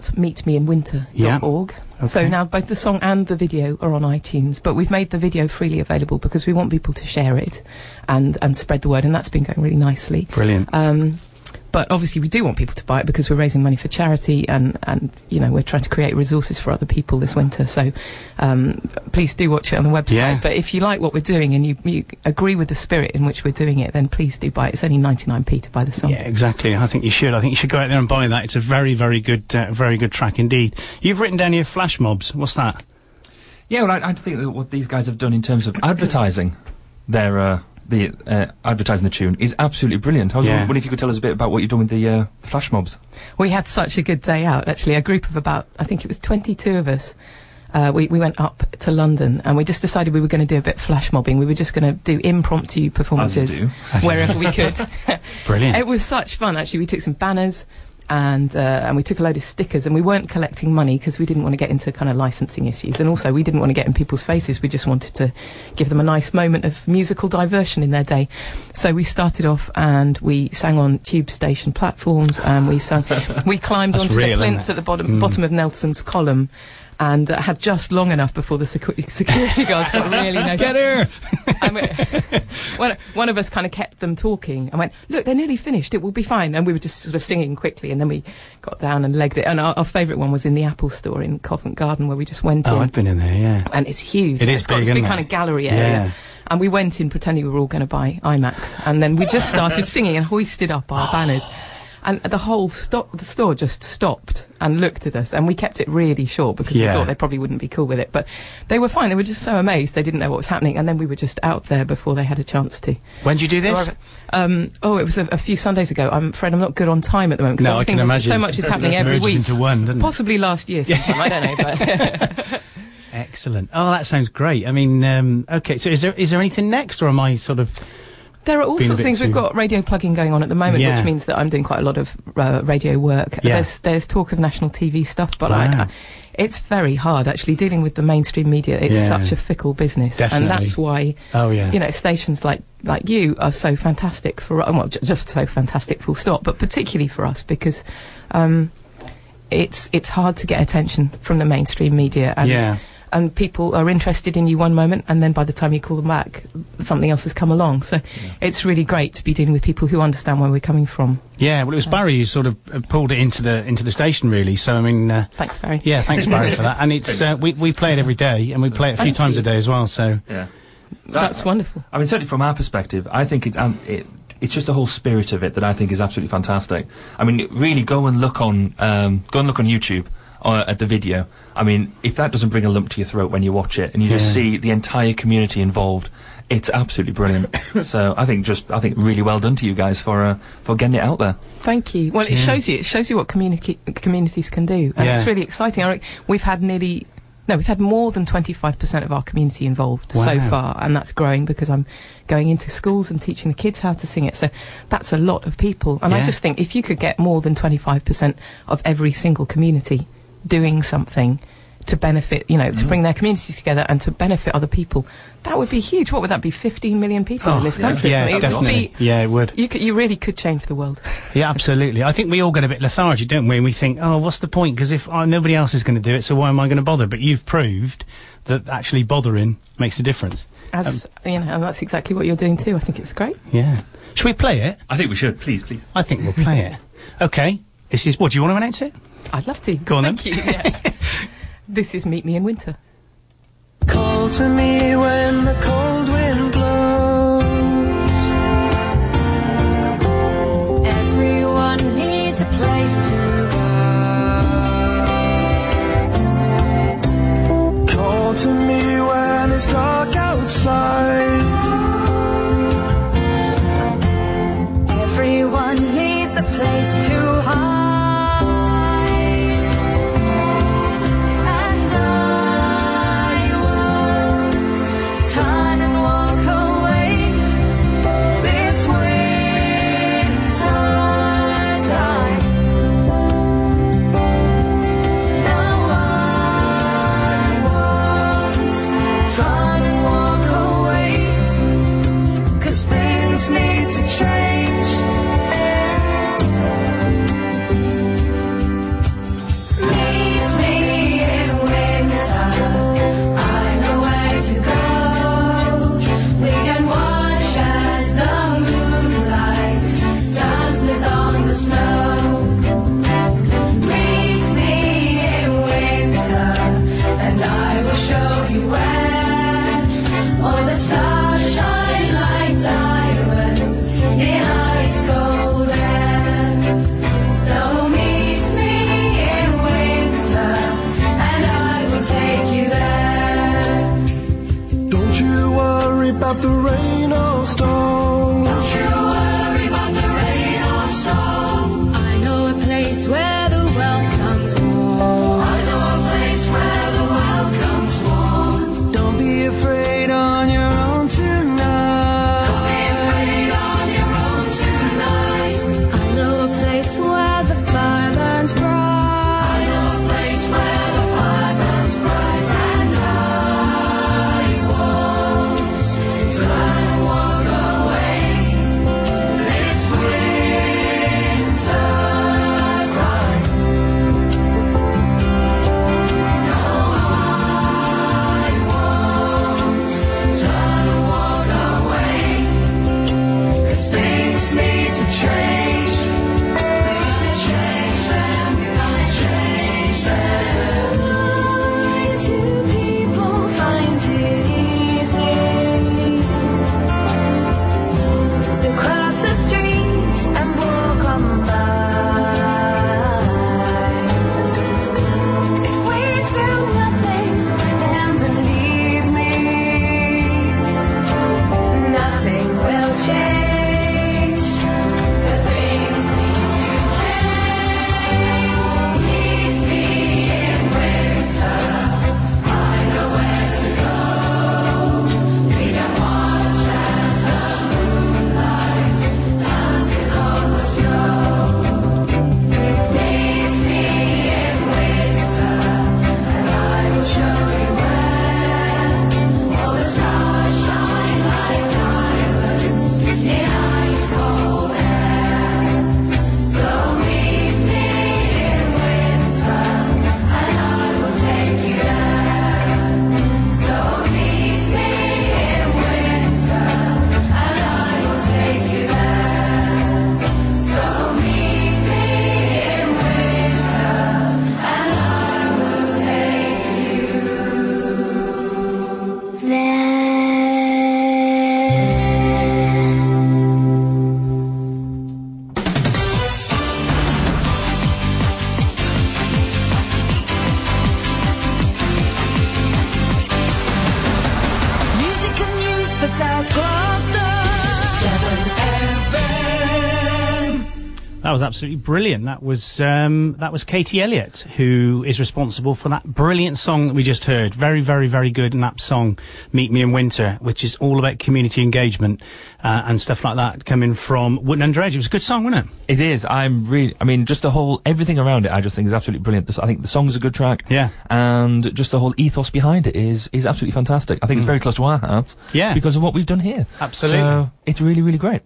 www.meetmeinwinter.org. Yeah. So Okay. now both the song and the video are on iTunes, but we've made the video freely available because we want people to share it and, and spread the word, and that's been going really nicely. Brilliant. Um, but obviously, we do want people to buy it because we're raising money for charity, and, and you know we're trying to create resources for other people this winter. So um, please do watch it on the website. Yeah. But if you like what we're doing and you, you agree with the spirit in which we're doing it, then please do buy it. It's only 99p to buy the song. Yeah, exactly. I think you should. I think you should go out there and buy that. It's a very very good uh, very good track indeed. You've written down here flash mobs. What's that? Yeah, well, I, I think that what these guys have done in terms of advertising their uh, the uh, advertising the tune is absolutely brilliant. I was Yeah. wondering if you could tell us a bit about what you've done with the uh, flash mobs. We had such a good day out, actually. A group of about, I think it was 22 of us. Uh, we, we went up to London and we just decided we were going to do a bit of flash mobbing. We were just going to do impromptu performances do. wherever we could. <laughs> Brilliant. It was such fun, actually. We took some banners and uh, and we took a load of stickers and we weren't collecting money because we didn't want to get into kind of licensing issues and also we didn't want to get in people's faces. We just wanted to give them a nice moment of musical diversion in their day. So we started off and we sang on tube station platforms and <laughs> we sang, we climbed That's onto real, the isn't plinth it? at the bottom Mm. bottom of Nelson's column. And uh, had just long enough before the secu- security guards got <laughs> really noticed. Get her! one, one of us kind of kept them talking and went, look, they're nearly finished. It will be fine. And we were just sort of singing quickly. And then we got down and legged it. And our, our favourite one was in the Apple store in Covent Garden where we just went Oh, in. I've been in there. Yeah. and it's huge. It and is It's got big, this big isn't kind it? of gallery area. Yeah. And we went in pretending we were all going to buy IMAX. And then we just <laughs> started singing and hoisted up our banners. And the whole sto- the store just stopped and looked at us. And we kept it really short because Yeah. we thought they probably wouldn't be cool with it. But they were fine. They were just so amazed. They didn't know what was happening. And then we were just out there before they had a chance to. When did you do this? Um, oh, it was a, a few Sundays ago. I'm afraid I'm not good on time at the moment because No, I can imagine. so much is happening every Merged week. into one, didn't it? Possibly last year sometime. I don't know. But <laughs> <laughs> Excellent. Oh, that sounds great. I mean, um, okay. So, is there is there anything next, or am I sort of? There are all Been a sorts of bit things. We've too- got radio plugging going on at the moment, Yeah. which means that I'm doing quite a lot of uh, radio work. Yeah. There's there's talk of national TV stuff, but I, Wow. I, it's very hard actually dealing with the mainstream media. It's Yeah. such a fickle business, Definitely. and that's why Oh yeah. you know stations like like you are so fantastic for well j- just so fantastic full stop, but particularly for us because. Um, it's it's hard to get attention from the mainstream media and Yeah. and people are interested in you one moment and then by the time you call them back something else has come along so it's really great to be dealing with people who understand where we're coming from Yeah, well, it was Barry who sort of uh, pulled it into the into the station, really. So I mean, uh, thanks Barry yeah, thanks Barry for that. And it's uh, we we play it every day, and we play it a few Thank times you. a day as well. So Yeah. that's wonderful I mean, certainly from our perspective, I think it's um, it, it's just the whole spirit of it that I think is absolutely fantastic. I mean, really go and look on um, go and look on YouTube uh, at the video. I mean, if that doesn't bring a lump to your throat when you watch it, and you just Yeah. see the entire community involved, it's absolutely brilliant. so I think just I think really well done to you guys for uh, for getting it out there. Thank you. Well, it Yeah. shows you. It shows you what community communities can do, and it's Yeah. really exciting. I re- we've had nearly. No, we've had more than 25% of our community involved so Wow. far, and that's growing because I'm going into schools and teaching the kids how to sing it. So that's a lot of people. And I Yeah. just think if you could get more than 25% of every single community doing something to benefit, you know, to bring their communities together and to benefit other people, that would be huge. What would that be? 15 million people in this country? Oh, or yeah, something? it would definitely. be, Yeah, it would. you, could, you really could change the world. Yeah, absolutely. I think we all get a bit lethargy, don't we? And we think, oh, what's the point? Because if oh, nobody else is going to do it, so why am I going to bother? But you've proved that actually bothering makes a difference. As you know, and that's exactly what you're doing too. I think it's great. Um, Yeah. Should we play it? I think we should. Please, please. I think we'll play it. Okay. This is. What do you want to announce it? I'd love to. Go on then. Thank you. yeah. this is Meet Me in Winter. Call to me when the cold wind blows. Everyone needs a place to go. Call to me when it's dark outside. Everyone needs a place to hide. And I won't turn and walk away this winter's time. No, I won't turn and walk away. Cause things need to change. Meet me in winter. I know where to go. We can watch as the moonlight dances on the snow. Meet me in winter, and I will show you where. All the stars shine like diamonds in ice cold air. So meet me in winter, and I will take you there. Don't you worry about the rain or storm. Don't you worry about the rain or storm. I know a place where the well comes warm. I know a place where the well comes warm. Don't be afraid on your own tonight. Don't be afraid on your own tonight. I know a place where the fire burns bright. I know a place where the fire burns bright. And I won't turn and walk away this winter's time. No, I won't turn and walk away. Cause things need to change. We're gonna change them, we're gonna change them. Why do people find it easy to cross the street and walk on by? If we do nothing, then believe me, Nothing will change. The things need to change. Meet me in winter. I know where to go. We can watch as the moonlight dances on the snow. Meet me in winter, and I will show you where. All the stars shine like diamonds in ice cold air. So meet me in winter, and I will take you there. So meet me in winter, and I will take you there. So meet me in winter, and I will take you there. Music and news for South Gloucester. 7FM. That was absolutely brilliant. That was um, that was Katie Elliott who is responsible for that brilliant song that we just heard. Very, very, very good nap song, "Meet Me in Winter," which is all about community engagement uh, and stuff like that. Coming from Wooden Under Edge, it was a good song, wasn't it? It is. I'm really. I mean, just the whole everything around it. I just think is absolutely brilliant. The s- I think the song's a good track. Yeah. And just the whole ethos behind it is is absolutely fantastic. I think it's very close to our hearts. Hmm. Yeah. Because of what we've done here. Absolutely. So it's really really great.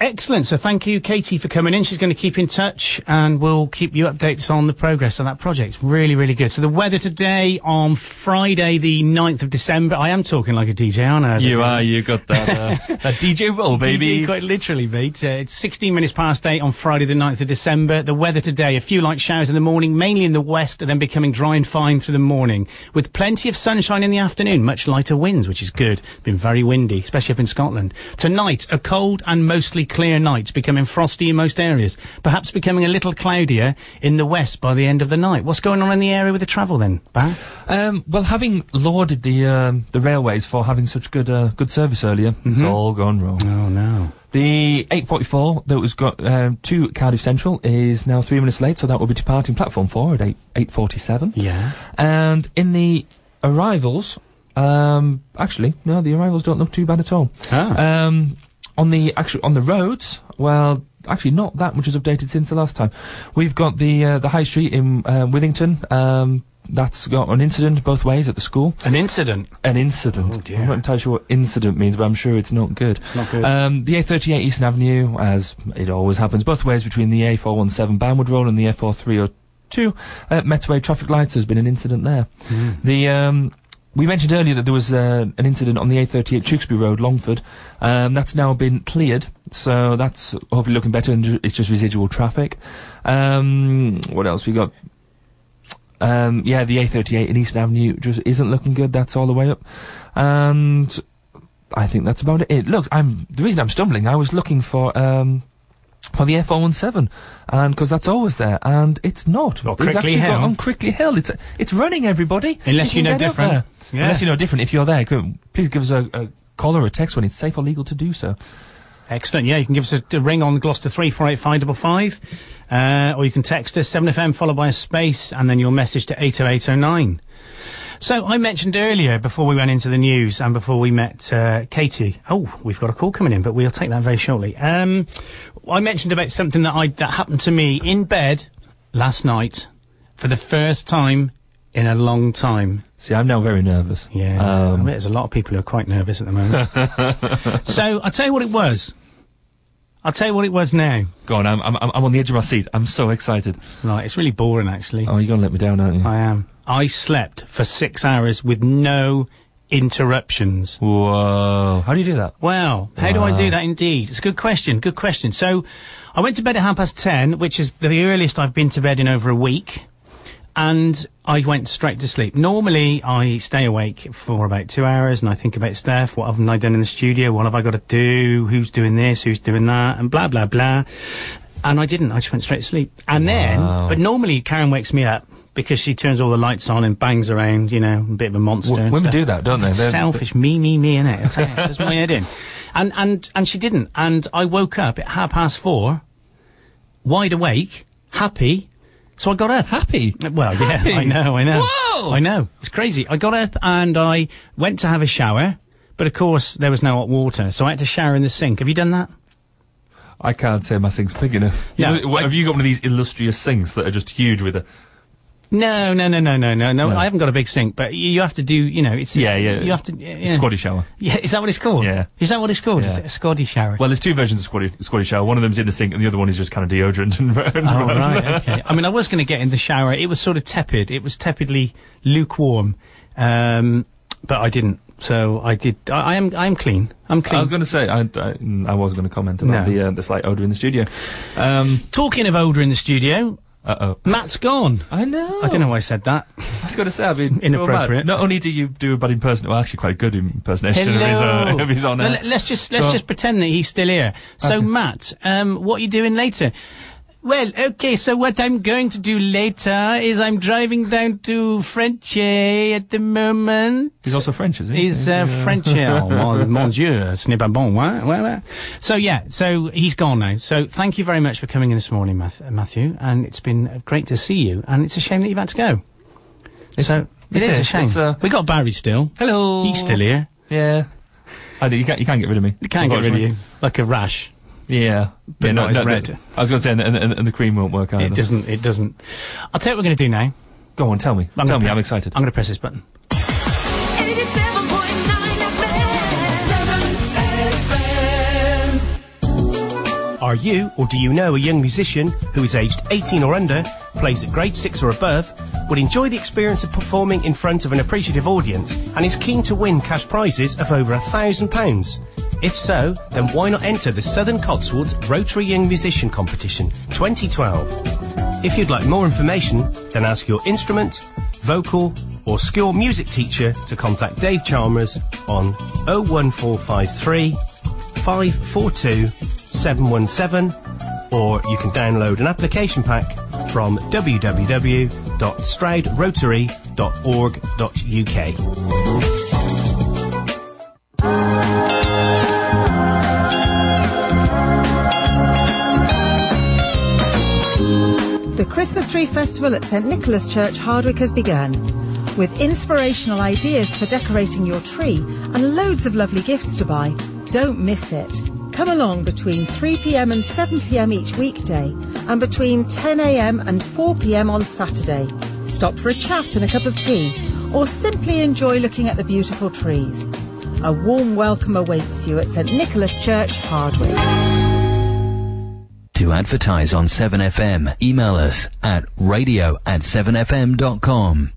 Excellent. So thank you, Katie, for coming in. She's going to keep in touch and we'll keep you updates on the progress of that project. Really, really good. So the weather today on Friday, the 9th of December. I am talking like a DJ, aren't I? As I You do. are. You got that <laughs> uh, that DJ roll, baby. DJ, quite literally, mate. Uh, it's 16 minutes past 8 on Friday, the 9th of December. The weather today, a few light showers in the morning, mainly in the west, and then becoming dry and fine through the morning, with plenty of sunshine in the afternoon, much lighter winds, which is good. Been very windy, especially up in Scotland. Tonight, a cold and mostly clear night, becoming frosty in most areas, perhaps becoming a little cloudier in the west by the end of the night. What's going on in the area with the travel then, Barry? Um, well, having lauded the um, the railways for having such good uh, good service earlier, it's Mhm. all gone wrong. Oh no! The 8:44 that was got um, to Cardiff Central is now three minutes late, so that will be departing platform four at eight eight forty seven. Yeah. And in the arrivals, um, actually, no, the arrivals don't look too bad at all. Ah. Um, on the actually on the roads, well, actually not that much is updated since the last time. We've got the uh, the high street in uh, Withington. Um, that's got an incident both ways at the school. An incident. Oh, An incident. I'm not entirely sure what incident means, but I'm sure it's not good. Not good. Um, the A38 Eastern Avenue, as it always happens, both ways between the A417 Barnwood Road and the A4302 at oh uh, Metaway traffic lights. There's been an incident there. The um, we mentioned earlier that there was uh, an incident on the A38 Tewkesbury Road, Longford. Um, that's now been cleared, so that's hopefully looking better, and ju- it's just residual traffic. Um, what else we got? Um, yeah, the A38 in Eastern Avenue just isn't looking good. That's all the way up, and I think that's about it. it. Look, I'm the reason I'm stumbling. I was looking for um, for the F417, and because that's always there, and it's not. Got It's Crickley actually got Hill. on Crickley Hill. It's it's running everybody. Unless you can know get up different. there. Yeah. Unless you know different. If you're there, go- please give us a, a call or a text when it's safe or legal to do so. Excellent. Yeah, you can give us a, a ring on Gloucester three four eight five double five, uh, or you can text us seven FM followed by a space and then your message to eight oh eight oh nine. So I mentioned earlier before we went into the news and before we met uh, Katie. Oh, we've got a call coming in, but we'll take that very shortly. Um, I mentioned about something that I that happened to me in bed last night for the first time in a long time. See, I'm now very nervous. Um, Yeah, I mean, there's a lot of people who are quite nervous at the moment. <laughs> so I'll tell you what it was. I'll tell you what it was now. Go on, I'm I'm I'm on the edge of my seat. I'm so excited. Right, it's really boring actually. Oh, you're gonna let me down, aren't you? I am. I slept for six hours with no interruptions. Whoa. How do you do that? Wow. How do I Wow. do that indeed? It's a good question. Good question. So I went to bed at half past ten, which is the earliest I've been to bed in over a week. And I went straight to sleep. Normally, I stay awake for about two hours and I think about stuff. What haven't I done in the studio? What have I got to do? Who's doing this? Who's doing that? And blah, blah, blah. And I didn't. I just went straight to sleep. And then, Wow. but normally Karen wakes me up because she turns all the lights on and bangs around, you know, a bit of a monster. W- and women stuff. do that, don't they? They're- Selfish, me, me, me, innit? That's it. That's my head in. And, and, and she didn't. And I woke up at half past four, wide awake, happy. So I got up. Happy? Well, yeah, Happy? I know, I know. Whoa! I know. It's crazy. I got up and I went to have a shower, but of course there was no hot water, so I had to shower in the sink. Have you done that? I can't say my sink's big enough. You No, know, what- have you got one of these illustrious sinks that are just huge with a? No, no, no, no, no, no, no. No. I haven't got a big sink, but you, you have to do, you know, it's. Yeah, yeah. You have to. Yeah. Squatty shower. Yeah, is that what it's called? Yeah. Is that what it's called? Is Yeah. it a squatty shower? Well, there's two versions of squatty, squatty shower. One of them's in the sink, and the other one is just kind of deodorant and. <laughs> and Oh, right, okay. I mean, I was going to get in the shower. It was sort of tepid. It was tepidly lukewarm, um, but I didn't. So I did. I, I am. I am clean. I'm I clean. was going to say I, I, mm, I was going to comment about No. the uh, the slight odor in the studio. Um, Talking of odor in the studio, uh oh, Matt's gone. I know. I don't know why I said that. <laughs> I was going to say, I mean, <laughs> Inappropriate. Not only do you do a bad impersonation, well, actually quite a good impersonation of his, <laughs> uh, of his honour. Well, Let's just let's So- just pretend that he's still here. So Matt, um, what are you doing later? Well, okay. So what I'm going to do later is I'm driving down to Frenchay at the moment. He's also French, isn't he? He's uh, French. yeah. Oh, <laughs> mon, mon Dieu, ce n'est pas bon. Ouais, ouais, ouais. So yeah, so he's gone now. So thank you very much for coming in this morning, Math- uh, Matthew, and it's been uh, great to see you. And it's a shame that you've had to go. so it it is, a is. shame. It's, uh, we got Barry still. Hello. He's still here. Yeah. I do. Oh, You can't, you can't get rid of me. You can't get rid of you. unfortunately. Like a rash. Yeah. But yeah, not as red. I was going to say, and the, and, the, and the cream won't work either. It doesn't. It doesn't. I'll tell you what we're going to do now. Go on, tell me. I'm gonna tell me, pre- I'm excited. I'm going to press this button. Are you or do you know a young musician who is aged 18 or under, plays at grade 6 or above, would enjoy the experience of performing in front of an appreciative audience and is keen to win cash prizes of over £1,000? If so, then why not enter the Southern Cotswolds Rotary Young Musician Competition 2012? If you'd like more information, then ask your instrument, vocal, or skill music teacher to contact Dave Chalmers on 01453 542 717 or you can download an application pack from www.stroudrotary.org.uk. The Christmas Tree Festival at St Nicholas Church, Hardwick has begun. With inspirational ideas for decorating your tree and loads of lovely gifts to buy, don't miss it. Come along between 3pm and 7pm each weekday and between 10am and 4pm on Saturday. Stop for a chat and a cup of tea or simply enjoy looking at the beautiful trees. A warm welcome awaits you at St Nicholas Church, Hardwick. To advertise on 7FM, email us at radio at 7fm.com.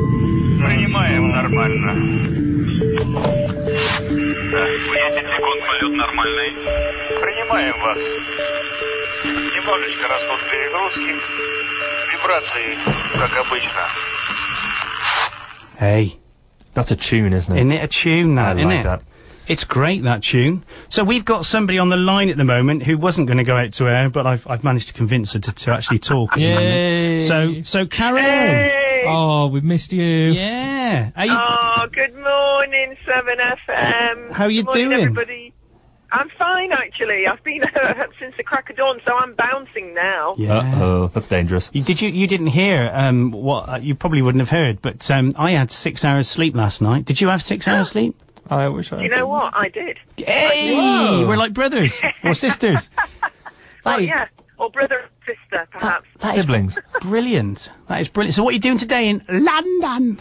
Принимаем нормально. Так, 10 секунд полет нормальный. Принимаем вас. Немножечко растут перегрузки. Вибрации, как обычно. Hey. That's a tune, isn't it? Isn't it a tune, that, I isn't like it? that. It's great, that tune. So we've got somebody on the line at the moment who wasn't going to go out to air, but I've, I've managed to convince her to, to actually talk. at the moment. So, so Karen! you? Oh, we've missed you. Yeah. Are you- Oh, good morning, 7FM. How you Good morning, doing? everybody. I'm fine, actually. I've been <laughs> uh, up since the crack of dawn, so I'm bouncing now. Uh-oh, that's dangerous. You, did you? You didn't hear um, what uh, you probably wouldn't have heard, but um, I had six hours sleep last night. Did you have six hours sleep? I wish Do you know what? I did. Hey, I did. we're like brothers <laughs> or sisters, Oh, is- yeah. Or brother and sister, perhaps. siblings. Brilliant. That is brilliant. So, what are you doing today in London?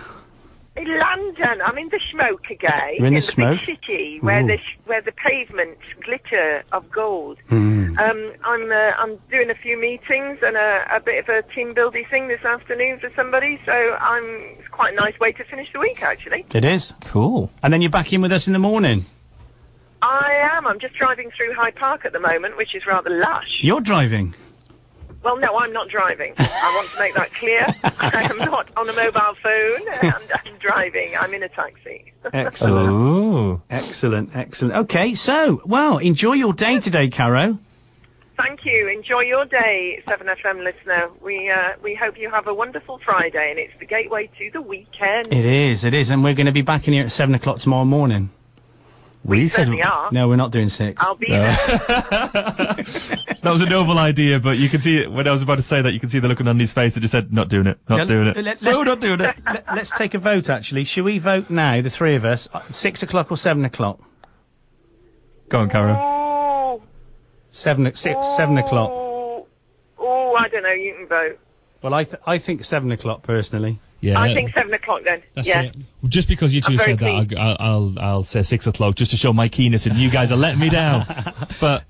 In London, I'm in the smoke again. You're in the smoke? big city where Ooh. the sh- where the pavements glitter of gold. Hmm. Um, I'm uh, I'm doing a few meetings and a, a bit of a team building thing this afternoon for somebody. So I'm it's quite a nice way to finish the week actually. It is cool. And then you're back in with us in the morning. I am. I'm just driving through Hyde Park at the moment, which is rather lush. You're driving. Well, no, I'm not driving. I want to make that clear. <laughs> I am not on a mobile phone. I'm, I'm driving. I'm in a taxi. <laughs> Excellent. Excellent. Excellent. Okay. So, well, enjoy your day today, Caro. Thank you. Enjoy your day, 7FM listener. We uh, we hope you have a wonderful Friday, and it's the gateway to the weekend. It is. It is. And we're going to be back in here at seven o'clock tomorrow morning. We said- certainly are. No, we're not doing six. I'll be No. there. That was a noble idea, but you can see when I was about to say that, you can see the look on Andy's face that just said, "Not doing it, <laughs> not Yeah, doing it." let- let's- so not doing it. <laughs> Let, us take a vote, actually. Should we vote now, the three of us, uh, six o'clock or seven o'clock? Go on, Caro. Seven, o- six, seven o'clock. Oh, I don't know. You can vote. Well, I, th- I think seven o'clock personally. Yeah. I think seven o'clock then. That's yeah. it. Just because you two I'm very said that, I'll, I'll I'll say six o'clock just to show my keenness, and you guys are letting <laughs> me down. But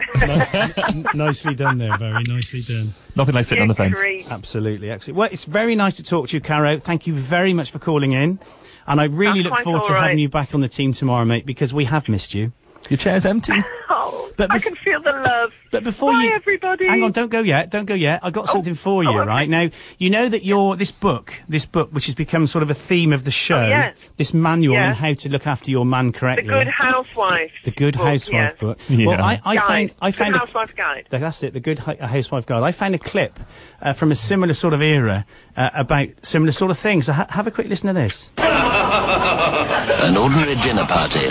nicely done there. Very nicely done. Nothing like sitting on the fence. Absolutely, absolutely. Well, it's very nice to talk to you, Caro. Thank you very much for calling in, and I really That's look quite forward to all right. having you back on the team tomorrow, mate, because we have missed you. Your <laughs> chair's empty. Э, Oh, But I bef- can feel the love. But before Bye, you- everybody. Oh, Hang on, don't go yet. Don't go yet. I got something for you, right? Now, you know that your this book, this book which has become sort of a theme of the show, Oh, yes. this manual Yeah. on how to look after your man The correctly. Good Housewife. The Good book, Housewife yes. book. Yeah. Well, I, I Guide. found I Good found a- Housewife guide. Th- That's it, the Good Hu- Housewife Guide. I found a clip uh, from a similar sort of era uh, about similar sort of things. So ha- have a quick listen to this. <laughs> An ordinary dinner party.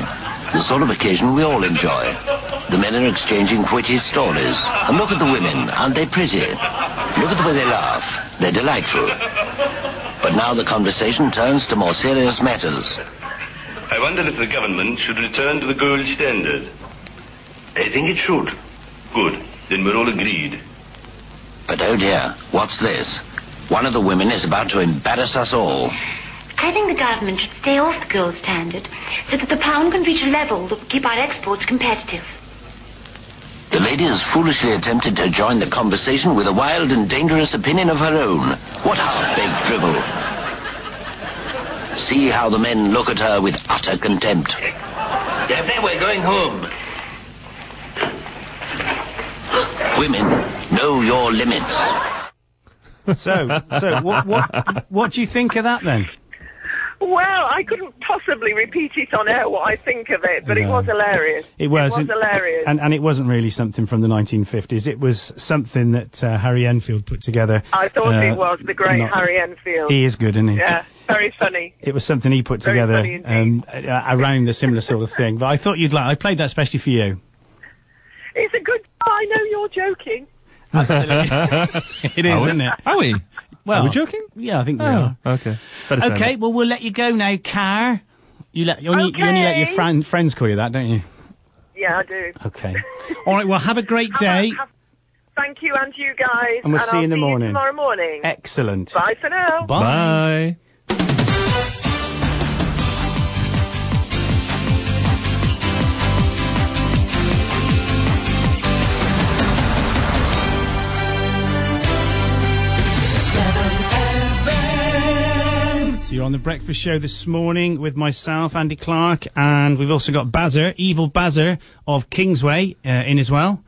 The sort of occasion we all enjoy. The men are exchanging witty stories. And look at the women. Aren't they pretty? Look at the way they laugh. They're delightful. But now the conversation turns to more serious matters. I wonder if the government should return to the gold standard. I think it should. Good. Then we're all agreed. But oh dear, what's this? One of the women is about to embarrass us all. I think the government should stay off the gold standard so that the pound can reach a level that will keep our exports competitive. The lady has foolishly attempted to join the conversation with a wild and dangerous opinion of her own. What half-baked drivel! See how the men look at her with utter contempt. Yeah, then we're going home. Women, know your limits. So, so what, what, what do you think of that then? Well, I couldn't possibly repeat it on air what I think of it, but it No. was hilarious. It was, It was hilarious. and and it wasn't really something from the 1950s. It was something that uh, Harry Enfield put together. I thought uh, it was the great not- Harry Enfield. He is good, isn't he? Yeah, very funny. It was something he put Very together funny um, uh, around the similar sort of thing. But I thought you'd like. I played that especially for you. It's a good. I know you're joking. <laughs> it is, Are we? isn't it? Are we? Well, Are we joking? Yeah, I think we Oh, are. okay. Better say Okay, that. well, we'll let you go now, Car. You, let, you, only, you only let your Okay. friend, friends call you that, don't you? Yeah, I do. Okay. All right, well, have a great day. Thank you, and you guys. And we'll see you I'll in the morning. tomorrow morning. Excellent. Bye for now. Bye. So you're on the breakfast show this morning with myself, Andy Clark, and we've also got Bazzer, Evil Bazzer of Kingsway, uh, in as well.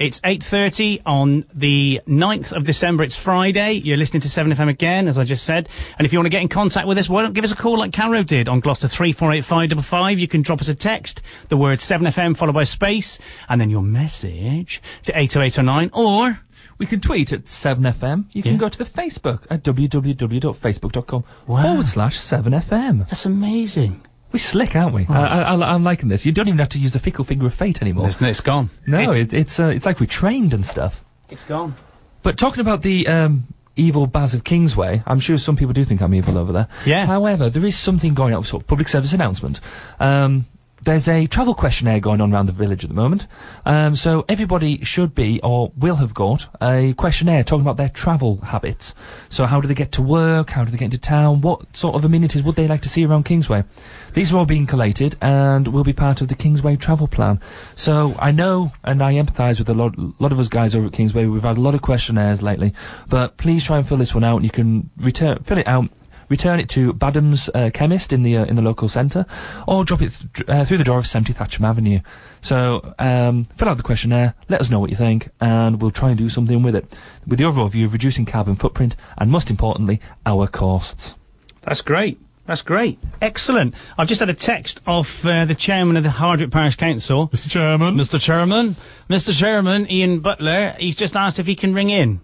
It's 8.30 on the 9th of December. It's Friday. You're listening to 7FM again, as I just said. And if you want to get in contact with us, why don't give us a call like Caro did on Gloucester 348555. You can drop us a text, the oh word 7FM followed by space, and then your message to 80809 or... We can tweet at 7FM. You can go to the Facebook at www.facebook.com forward slash 7FM. That's amazing. We're slick, aren't we? I, I, I'm liking this. You don't even have to use the fickle finger of fate anymore. It's, it's gone. No, It's- it's it, it's, uh, it's like we trained and stuff. It's gone. But talking about the um, evil Baz of Kingsway, I'm sure some people do think I'm evil over there. Yeah. However, there is something going up, sort of public service announcement. Um, there's a travel questionnaire going on around the village at the moment. Um, so everybody should be or will have got a questionnaire talking about their travel habits. So how do they get to work? How do they get into town? What sort of amenities would they like to see around Kingsway? These are all being collated and will be part of the Kingsway travel plan. So I know and I empathise with a lot, lot of us guys over at Kingsway. We've had a lot of questionnaires lately, but please try and fill this one out. You can return, fill it out. Return it to Badham's uh, chemist in the uh, in the local centre, or drop it th- dr- uh, through the door of 70 Thatcham Avenue. So um, fill out the questionnaire, let us know what you think, and we'll try and do something with it, with the overall view of reducing carbon footprint and most importantly our costs. That's great. That's great. Excellent. I've just had a text off uh, the chairman of the Hardwick Parish Council. Mr. Chairman. Mr. Chairman. Mr. Chairman, Ian Butler, he's just asked if he can ring in.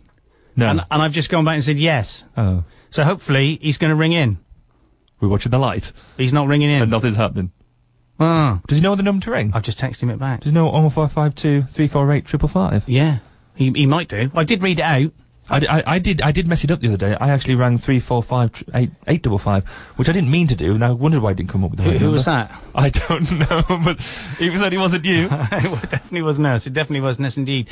No. And, and I've just gone back and said yes. Oh. So hopefully he's going to ring in. We're watching the light. He's not ringing in. And nothing's happening. Ah. Does he know the number to ring? I've just texted him it back. Does he know 01552 348 555? Yeah. He, he might do. I did read it out. I, d- I- I did I did mess it up the other day. I actually rang three four five tr- eight eight double five, which I didn't mean to do, and I wondered why I didn't come up with the Who- right who was number. that? <laughs> I don't know, but it was only wasn't you. <laughs> it definitely wasn't us. It definitely wasn't us indeed.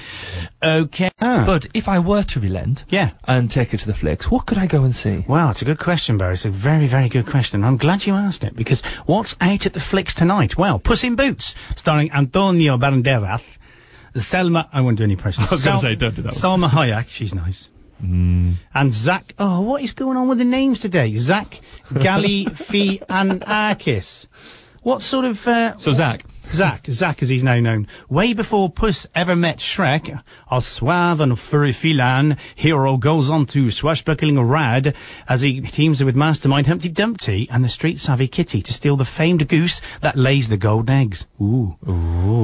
Okay. Ah. But if I were to relent, yeah, and take her to the flicks, what could I go and see? Wow, it's a good question, Barry. It's a very, very good question. I'm glad you asked it because what's out at the flicks tonight? Well, Puss in Boots, starring Antonio Banderas, Selma. I won't do any impressions. <laughs> I was gonna say, don't do that Hmm. Selma Hayek, she's nice, and Zach. Oh, what is going on with the names today? <laughs> Zach Galifianakis. What sort of uh, So Zach. Zach, Zach, as he's now known. Way before Puss ever met Shrek, our suave and furry feline hero goes on to swashbuckling rad as he teams with mastermind Humpty Dumpty and the street savvy kitty to steal the famed goose that lays the golden eggs. Ooh.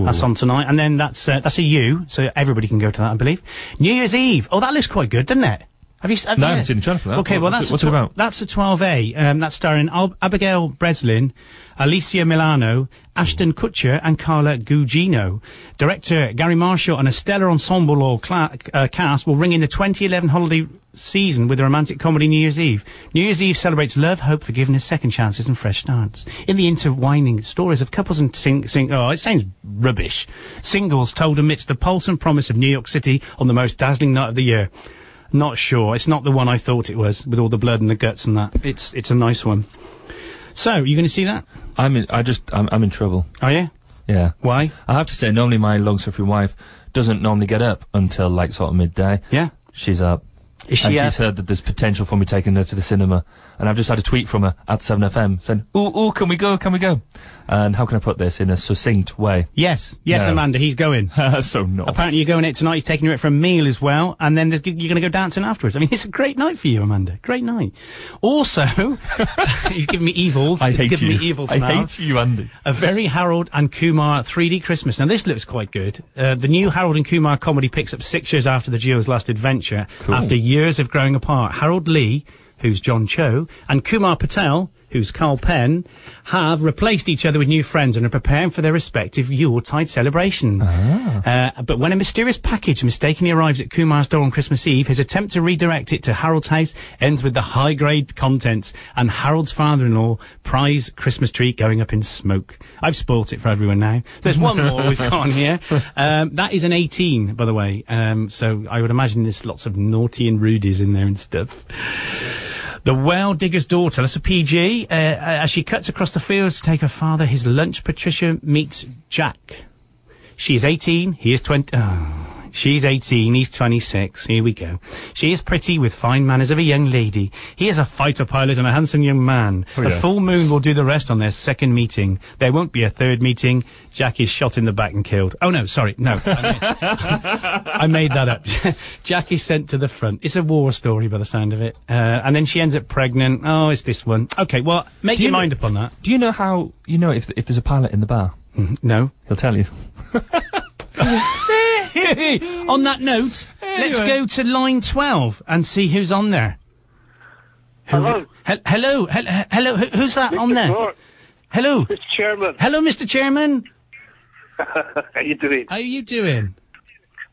That's on tonight. And then that's, uh, that's a U, so everybody can go to that, I believe. New Year's Eve. Oh, that looks quite good, doesn't it? Have you, s- have No, I you- haven't seen the trailer for that. Okay, well, that's What's it- what's it a about? that's a 12A. Um, that's starring Al- Abigail Breslin, Alicia Milano, Ashton Kutcher, and Carla Gugino. Director Gary Marshall and a stellar ensemble or cla- uh, cast will ring in the 2011 holiday season with a romantic comedy New Year's Eve. New Year's Eve celebrates love, hope, forgiveness, second chances, and fresh starts. In the intertwining stories of couples and sing, sing- oh, it sounds rubbish. Singles told amidst the pulse and promise of New York City on the most dazzling night of the year. Not sure. It's not the one I thought it was, with all the blood and the guts and that. It's it's a nice one. So, you going to see that? I'm in, I just I'm, I'm in trouble. Are you? Yeah. Why? I have to say, normally my long-suffering wife doesn't normally get up until like sort of midday. Yeah. She's up. Is she and up? she's heard that there's potential for me taking her to the cinema, and I've just had a tweet from her at 7FM saying, "Ooh, ooh, can we go? Can we go?" And how can I put this in a succinct way? Yes, yes, No. Amanda. He's <laughs> going. so not. Apparently, you're going it tonight. He's taking you out for a meal as well, and then there's- you're going to go dancing afterwards. I mean, it's a great night for you, Amanda. Great night. Also, <laughs> he's giving me evil. I hate he's giving you. me evil. I now. hate you, Andy. A very Harold and Kumar 3D Christmas. Now this looks quite good. Uh, the new Harold and Kumar comedy picks up six years after the duo's last adventure, Cool. after years of growing apart. Harold Lee, who's John Cho, and Kumar Patel, who's Carl Penn, have replaced each other with new friends and are preparing for their respective Yuletide celebration. Uh, but when a mysterious package mistakenly arrives at Kumar's door on Christmas Eve, his attempt to redirect it to Harold's house ends with the high-grade contents and Harold's father-in-law prize Christmas tree going up in smoke. I've spoilt it for everyone now. There's one more we've got on here. <laughs> Um, that is an 18, by the way. Um, so I would imagine there's lots of naughty and rudies in there and stuff. The Well Digger's Daughter, that's a PG, uh, as she cuts across the fields to take her father his lunch, Patricia meets Jack. She is 18, he is 20. Oh, she's 18, he's 26. Here we go. She is pretty with fine manners of a young lady. He is a fighter pilot and a handsome young man. Oh, a yes. full moon will do the rest on their second meeting. There won't be a third meeting. Jack is shot in the back and killed. Oh no, sorry, <laughs> no. I made that up. <laughs> Jackie's sent to the front. It's a war story by the sound of it. Uh, and then she ends up pregnant. Oh, it's this one. Okay, well, make Do you your kn- mind up on that. Do you know how you know if if there's a pilot in the bar? Ah. Mm, No, he'll tell you. <laughs> on that note, Let's go to line 12 and see who's on there. Hello. He- hello. Hel- he- hello. Who- who's that on there? Hello. Mr. Chairman. Hello, Mr. <laughs> Chairman. How you doing? How you doing?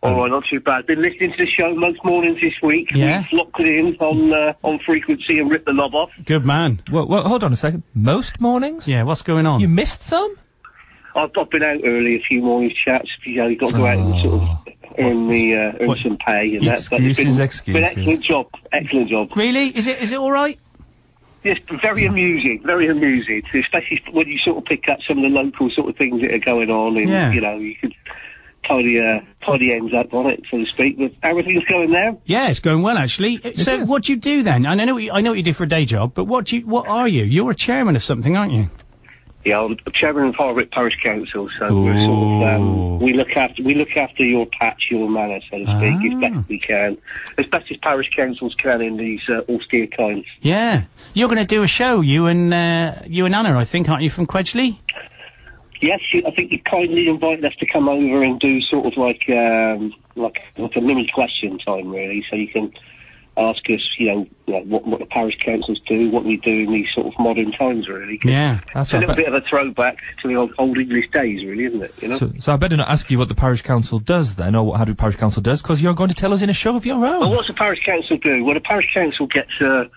All right, not too bad. Been listening to the show most mornings this week. Yeah. We've locked it in on uh, on frequency and ripped the knob off. Good man. Well, well, hold on a second. Most mornings? Yeah, what's going on? You missed some? I've, I've been out early a few mornings, chaps. You know, you've got to go out and sort of Oh. earn the uh, earn some pay and that. But it's Excuses, been, excuses. Been excellent job. Excellent job. Really? Is it is it all right? Yes, very amusing, very amusing, especially when you sort of pick up some of the local sort of things that are going on, and Yeah. you know you can tie the uh, tie the ends up on it, so to speak. But everything's going there. Yeah, it's going well actually. so, what do you do then? And I know what you, I know what you do for a day job, but what do you what are you? You're a chairman of something, aren't you? Yeah, I'm chairman of Harvard Parish Council, so we're sort of, um, we look after we look after your patch, your manor, so to speak, as best we can, as best as parish councils can in these uh, austere times. Yeah, you're going to do a show, you and uh, you and Anna, I think, aren't you from Quedgeley? Yes, you, I think you kindly invited us to come over and do sort of like um, like like a mini question time, really, so you can ask us, you know, like what what the parish councils do, what we do in these sort of modern times, really. Yeah, It's a little bit of a throwback to the old, old English days, really, isn't it? You know. So, so I better not ask you what the parish council does then, or what Hardwick Parish Council does, because you're going to tell us in a show of your own. Well, what's the parish council do? Well, the parish council gets a,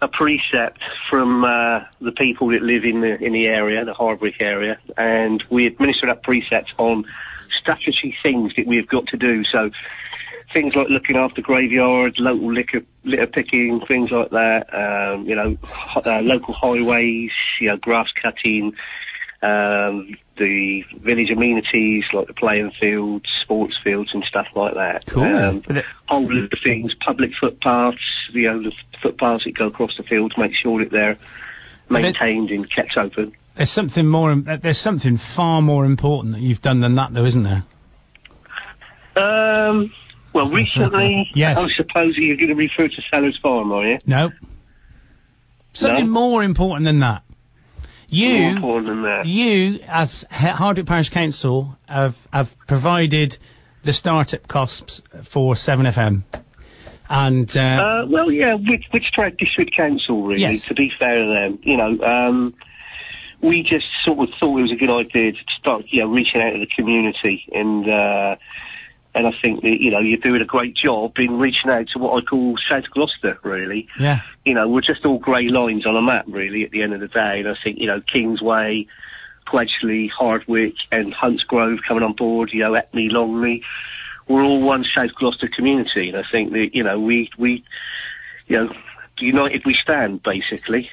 a precept from uh, the people that live in the in the area, the Hardwick area, and we administer that precept on statutory things that we have got to do. So things like looking after graveyards, local liquor, litter picking, things like that. Um, you know, hi- uh, local highways, you know, grass cutting. Um, the village amenities like the playing fields, sports fields, and stuff like that. Cool. Um, whole load of things, public footpaths, you know, the footpaths that go across the field to make sure that they're maintained and kept open. There's something more. im- uh, There's something far more important that you've done than that, though, isn't there? Um, <laughs> well, recently, Yes. I suppose you're going to refer to Sellers Farm, are you? No. Something more important than that. You More important than that. You, as He- Hardwick Parish Council, have have provided the startup costs for Seven FM, and uh, Uh, well, yeah, which which tried district council really. Yes. To be fair to them, you know, um, we just sort of thought it was a good idea to start, you know, reaching out to the community, and uh, and I think that you know you're doing a great job in reaching out to what I call South Gloucester, really. yeah, you know, we're just all grey lines on a map, really, at the end of the day. And I think, you know, Kingsway, Quedgeley, Hardwick, and Hunts Grove coming on board, you know, Epney, Longley, we're all one South Gloucester community. And I think that, you know, we, we, you know, united we stand, basically.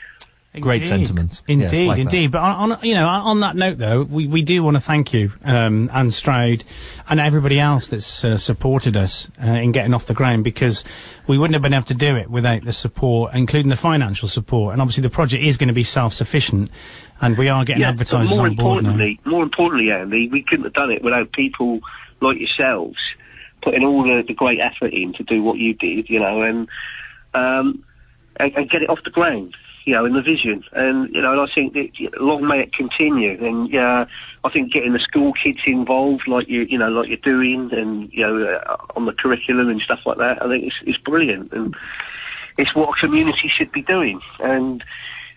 Oh, Great sentiments. Indeed, Yes, like that. indeed. But on, on you know on that note though, we, we do want to thank you, um, Anne Stroud, and everybody else that's uh, supported us uh, in getting off the ground because we wouldn't have been able to do it without the support, including the financial support. And obviously, the project is going to be self-sufficient, and we are getting Yeah, but advertisers more on board now. importantly, More importantly, Andy, we couldn't have done it without people like yourselves putting all the, the great effort in to do what you did, you know, and, um, and, and get it off the ground, you know, in the vision. And, you know, and I think that you know, long may it continue. And, uh, I think getting the school kids involved, like you, you know, like you're doing and, you know, uh, on the curriculum and stuff like that, I think it's, it's brilliant. And it's what a community should be doing. And,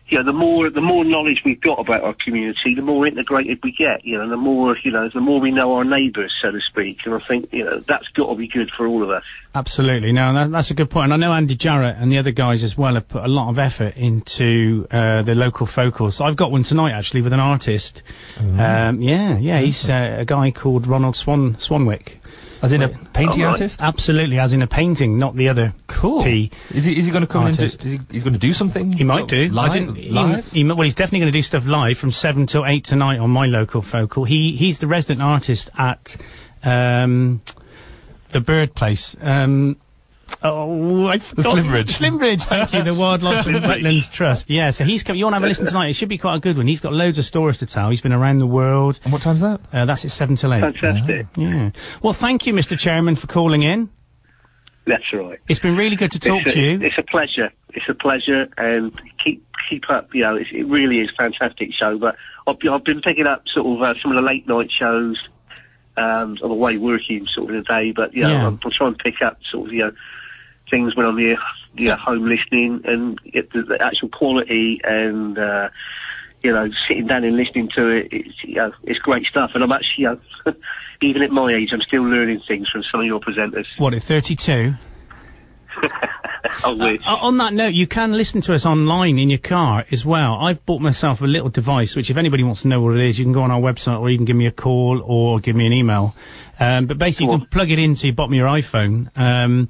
you know, the more the more knowledge we've got about our community, the more integrated we get. You know, the more you know, the more we know our neighbours, so to speak. And I think you know that's got to be good for all of us. Absolutely. No, that, that's a good point. And I know Andy Jarrett and the other guys as well have put a lot of effort into uh, the local focals. I've got one tonight actually with an artist. Mm-hmm. Um, yeah, yeah. He's uh, a guy called Ronald Swan Swanwick. oh, As in a painting Alright. artist? Absolutely, as in a painting, not the other. Cool. P Is he, is he going to come in and Artist. do, is he, he's going to do something? he might Sort of do. Live? I didn't, he- live? He, well, he's definitely going to do stuff live from seven till eight tonight on my local focal. He he's the resident artist at um, the Bird Place. Um, oh, I forgot. Slimbridge. Slimbridge. Thank <laughs> you, the Wildlife <laughs> and Wetlands Trust. Yeah, so he's coming. You want to have a listen tonight? It should be quite a good one. He's got loads of stories to tell. He's been around the world. And what time's that? Uh, that's at seven till eight. Fantastic. Yeah. Well, thank you, Mr. Chairman, for calling in. That's all right. It's been really good to talk it's a, to you. It's a pleasure. It's a pleasure, and keep keep up. You know, it's, it really is a fantastic show. But I've, I've been picking up sort of uh, some of the late night shows. um, on the way working sort of in the day. But you know, Yeah. I'll, I'll try and pick up sort of you know things when I'm here, you know, home listening and get the, the actual quality and. Uh, you know, sitting down and listening to it, it's, you know, it's great stuff. And I'm actually, you know, <laughs> even at my age, I'm still learning things from some of your presenters. What at thirty-two? I wish. Uh, on that note, you can listen to us online in your car as well. I've bought myself a little device, which if anybody wants to know what it is, you can go on our website or you can give me a call or give me an email. Um, but basically, you can plug it into the bottom of your iPhone, um,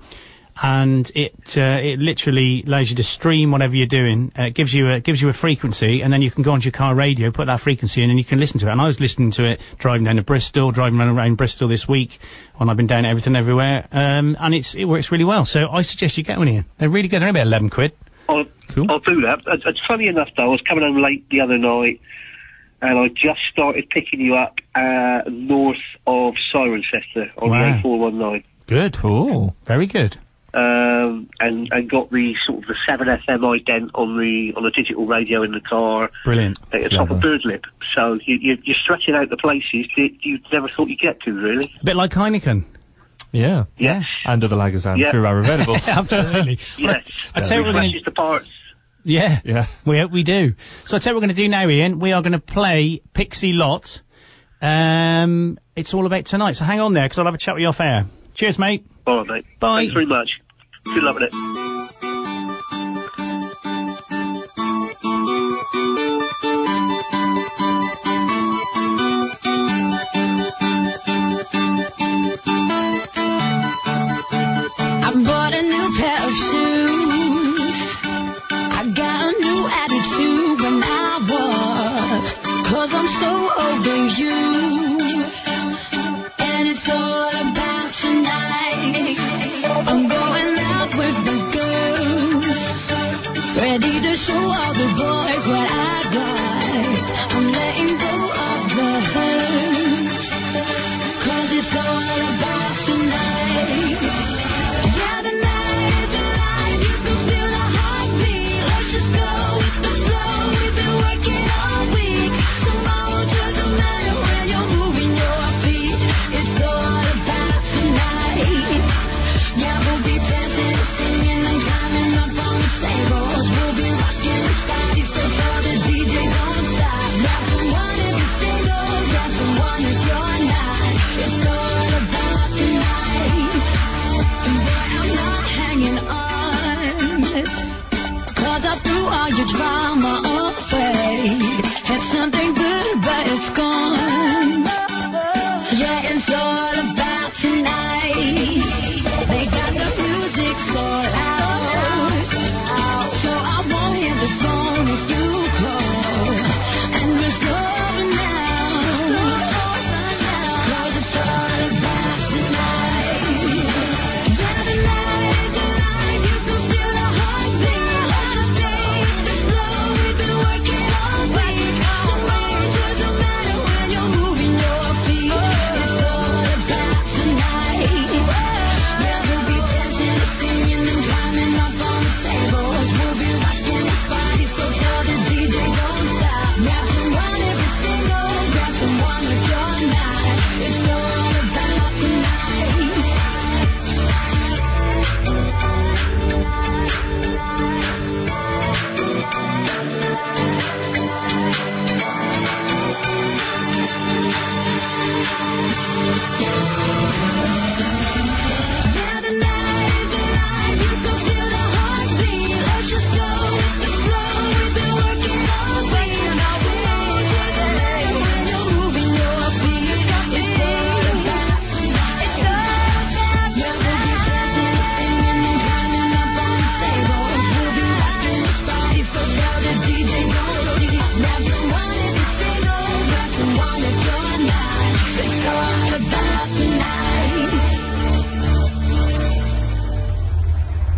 and it uh, it literally allows you to stream whatever you're doing. Uh, it gives you a gives you a frequency, and then you can go onto your car radio, put that frequency in, and you can listen to it. And I was listening to it driving down to Bristol, driving around, around Bristol this week when I've been down to everything everywhere, um, and it's it works really well. So I suggest you get one here. They're really good. They're only about eleven quid. I'll, I'll do that. It's- It's funny enough, though, I was coming home late the other night and I just started picking you up uh, north of Cirencester on Wow. the A419 Good. Cool. Very good. um, and, and got the sort of the 7FM ident on the on the digital radio in the car Brilliant. at the top of Birdlip. So you, you, you're stretching out the places that you never thought you'd get to, really. A bit like Heineken. Yeah. Yes. And other lagers, I'm Yeah. sure, <laughs> are <laughs> available. Absolutely. Yes. I tell you what we're gonna- Refreshes the parts. Yeah. Yeah. We hope we do. So I tell you what we're going to do now, Ian. We are going to play Pixie Lot. Um, it's all about tonight. So hang on there because I'll have a chat with you off air. Cheers, mate. All right, mate. Bye. Thanks very much. Good luck with it. I bought a new pair of shoes. I got a new attitude when I walk. Cause I'm so over you. And it's all about tonight. I'm going out with the girls. Ready to show all the boys what I got. I'm letting go of the hurt. Cause it's all about tonight. Yeah, the night is alive. You can feel the heartbeat. Let's just go with the flow. We've been working all week. Tomorrow doesn't matter when you're moving your feet. It's all about tonight. Yeah, we'll be dancing, singing, and climbing up on the tables. We'll be rocking this party so far the DJ don't stop. Grab someone if you're single. Grab someone if you're not. It's all about tonight. I'm not hanging on. Cause I threw all your drama away. Had something good, but it's gone. Yeah, it's all about tonight. They got the music so loud. So I won't hear the phone if you call. And it's over now. Cause it's all about tonight. It's all about tonight.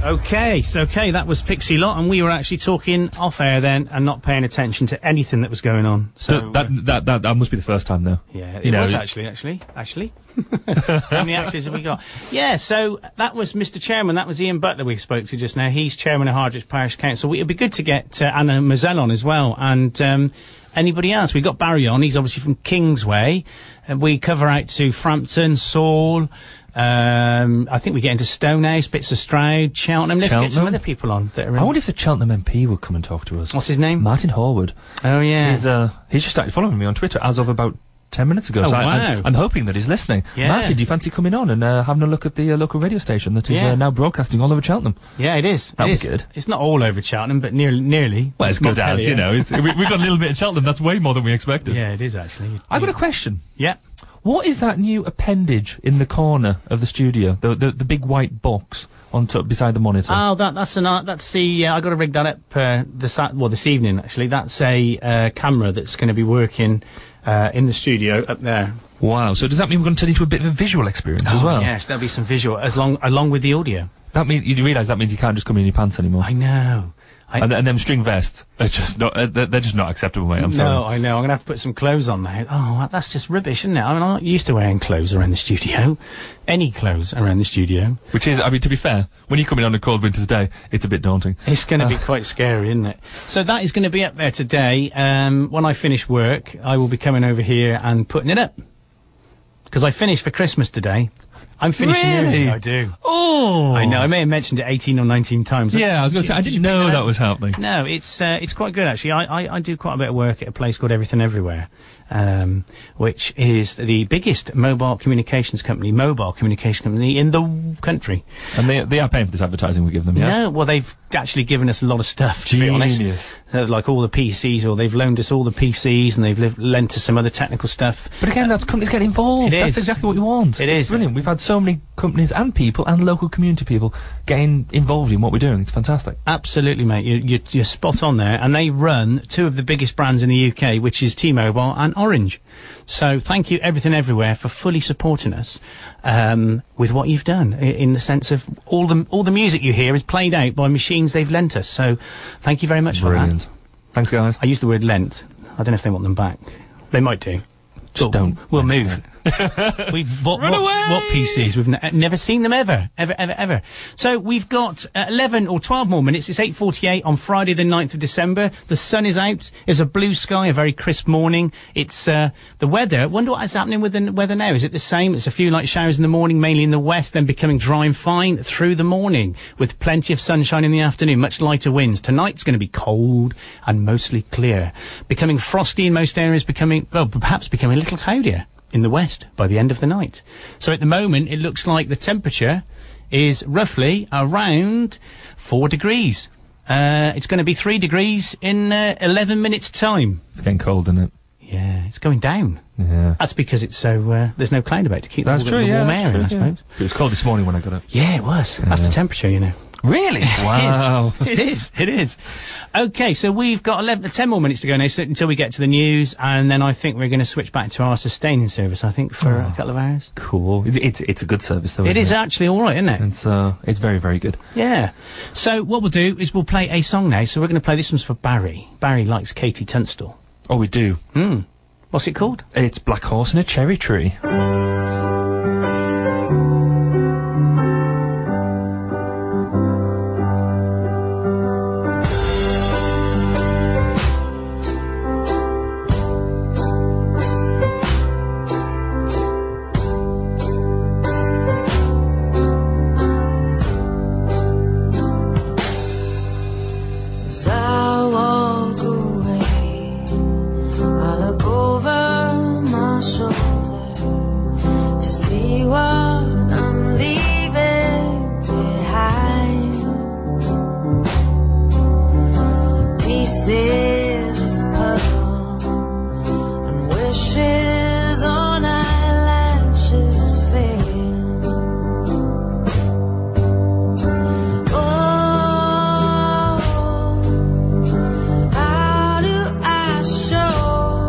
Okay, so okay, that was Pixie Lot, and we were actually talking off air then and not paying attention to anything that was going on. So Th- that, that, that, that must be the first time, though. Yeah, you it know, was actually, actually, <laughs> actually. How many actuallys have we got? Yeah, so that was Mr. Chairman. That was Ian Butler we spoke to just now. He's chairman of Hardridge Parish Council. We- It'd be good to get uh, Anna Mazel on as well, and um, anybody else. We've got Barry on. He's obviously from Kingsway. And we cover out to Frampton, Saul. Um, I think we get into Stonehouse, bits of Stroud, Cheltenham. Let's get some Cheltenham? other people on that are in. I wonder if the Cheltenham MP would come and talk to us. What's his name? Martin Horwood. Oh yeah. He's uh he's just started following me on Twitter as of about ten minutes ago. Oh, so I, wow. am hoping that he's listening. Yeah. Martin, do you fancy coming on and uh, having a look at the uh, local radio station that is Yeah. uh, now broadcasting all over Cheltenham? Yeah, it is. it That'd be is. good. It's not all over Cheltenham, but nearly. nearly. Well, it's good as you know. It's, we, we've got a little bit of Cheltenham. That's way more than we expected. Yeah, it is actually. I got a question. Yeah. What is that new appendage in the corner of the studio? The the, the big white box on top beside the monitor. Oh, that that's an art. That's the. Uh, I got to rig that up uh, this a- well this evening actually. That's a uh, camera that's going to be working uh, in the studio up there. Wow. So does that mean we're going to turn into a bit of a visual experience as Oh, well? Yes, there'll be some visual as long along with the audio. That means you realise that means you can't just come in your pants anymore. I know. and, th- and them string vests are just not. Uh, they're, they're just not acceptable, mate. I'm no, sorry. I know. I'm going to have to put some clothes on now. Oh, that's just rubbish, isn't it? I mean, I'm not used to wearing clothes around the studio. Any clothes around the studio. Which is, I mean, to be fair, when you come in on a cold winter's day, it's a bit daunting. <laughs> Uh, It's going to be quite scary, isn't it? So that is going to be up there today. Um, when I finish work, I will be coming over here and putting it up. Because I finished for Christmas today. I'm finishing Really? early. I do. Oh, I know. I may have mentioned it 18 or 19 times. Yeah, I was going to say I didn't know that was happening. No, it's uh, it's quite good actually. I, I, I do quite a bit of work at a place called Everything Everywhere, um, which is the biggest mobile communications company, mobile communication company in the w- country. And they they are paying for this advertising we give them. Yeah. No, well they've actually given us a lot of stuff. To be Genius. honest, So, like all the PCs, or they've loaned us all the PCs, and they've liv- lent us some other technical stuff. But again, that's companies getting involved. It that's is. exactly what you want. It is brilliant. We've had so many companies and people and local community people getting involved in what we're doing. It's fantastic. Absolutely, mate. You, you, you're spot on there. And they run two of the biggest brands in the UK, which is T-Mobile and Orange. So thank you, Everything Everywhere, for fully supporting us um, with what you've done. i- In the sense of all the all the music you hear is played out by machines they've lent us. So thank you very much for Brilliant. that. Thanks, guys. I used the word lent. I don't know if they want them back. They might do. Just don't. We'll move. <laughs> we've what, what, what PCs? We've ne- never seen them ever, ever, ever, ever. So we've got uh, eleven or twelve more minutes. It's eight forty-eight on Friday, the 9th of December. The sun is out. It's a blue sky, a very crisp morning. It's uh, the weather. I wonder what is happening with the n- weather now. Is it the same? It's a few light showers in the morning, mainly in the west, then becoming dry and fine through the morning, with plenty of sunshine in the afternoon. Much lighter winds. Tonight's going to be cold and mostly clear, becoming frosty in most areas, becoming well, perhaps becoming a little cloudier in the west by the end of the night. So at the moment, it looks like the temperature is roughly around four degrees. Uh, it's going to be three degrees in uh, 11 minutes' time. It's getting cold, isn't it? Yeah, it's going down. Yeah. That's because it's so uh, there's no cloud about to keep That's the, true. the yeah, warm air that's in, I true, yeah. suppose. It was cold this morning when I got up. Yeah, it was. That's the temperature, you know. <laughs> Really? Wow. It is. It is. Okay, so we've got 11, 10 more minutes to go now so, until we get to the news, and then I think we're going to switch back to our sustaining service, I think, for Oh. a couple of hours. Cool. It's, it's it's a good service though. It isn't is actually all right, isn't it? It's uh, it's very very good. Yeah. So what we'll do is we'll play a song now. So we're going to play this one's for Barry. Barry likes Katie Tunstall. Oh, we do. Hmm. What's it called? It's Black Horse and a Cherry Tree. As I walk away, I look over my shoulder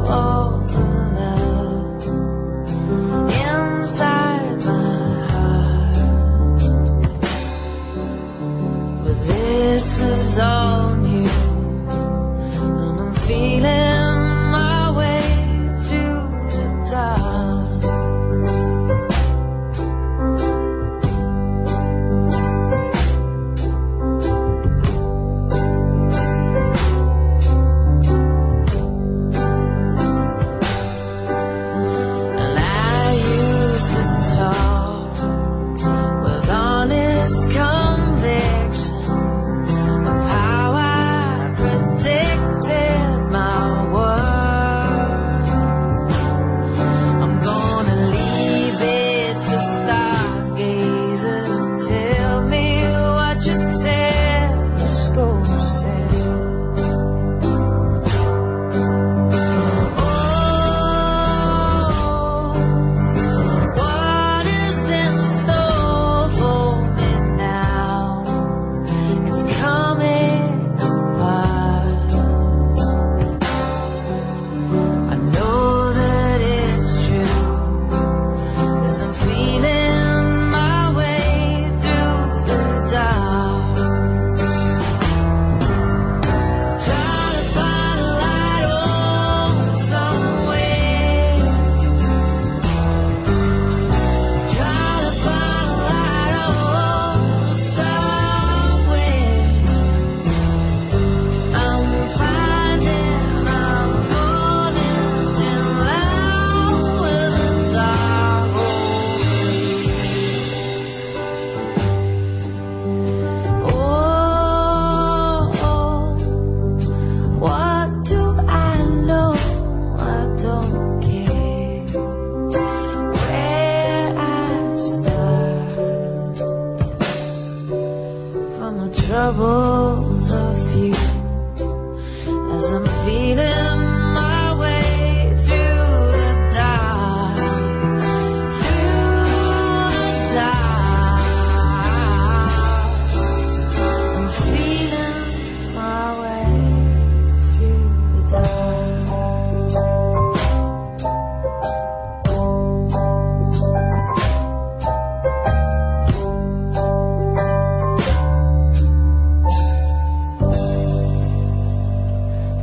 Oh, 'cause I'm feeling my way through the dark. Try to find a light on somewhere. Try to find a light on somewhere. I'm finding I'm falling in love with the dark Oh, what do I know? I don't care where I start from my troubles are few as I'm feeling my way through the dark, through the dark. I'm feeling my way through the dark.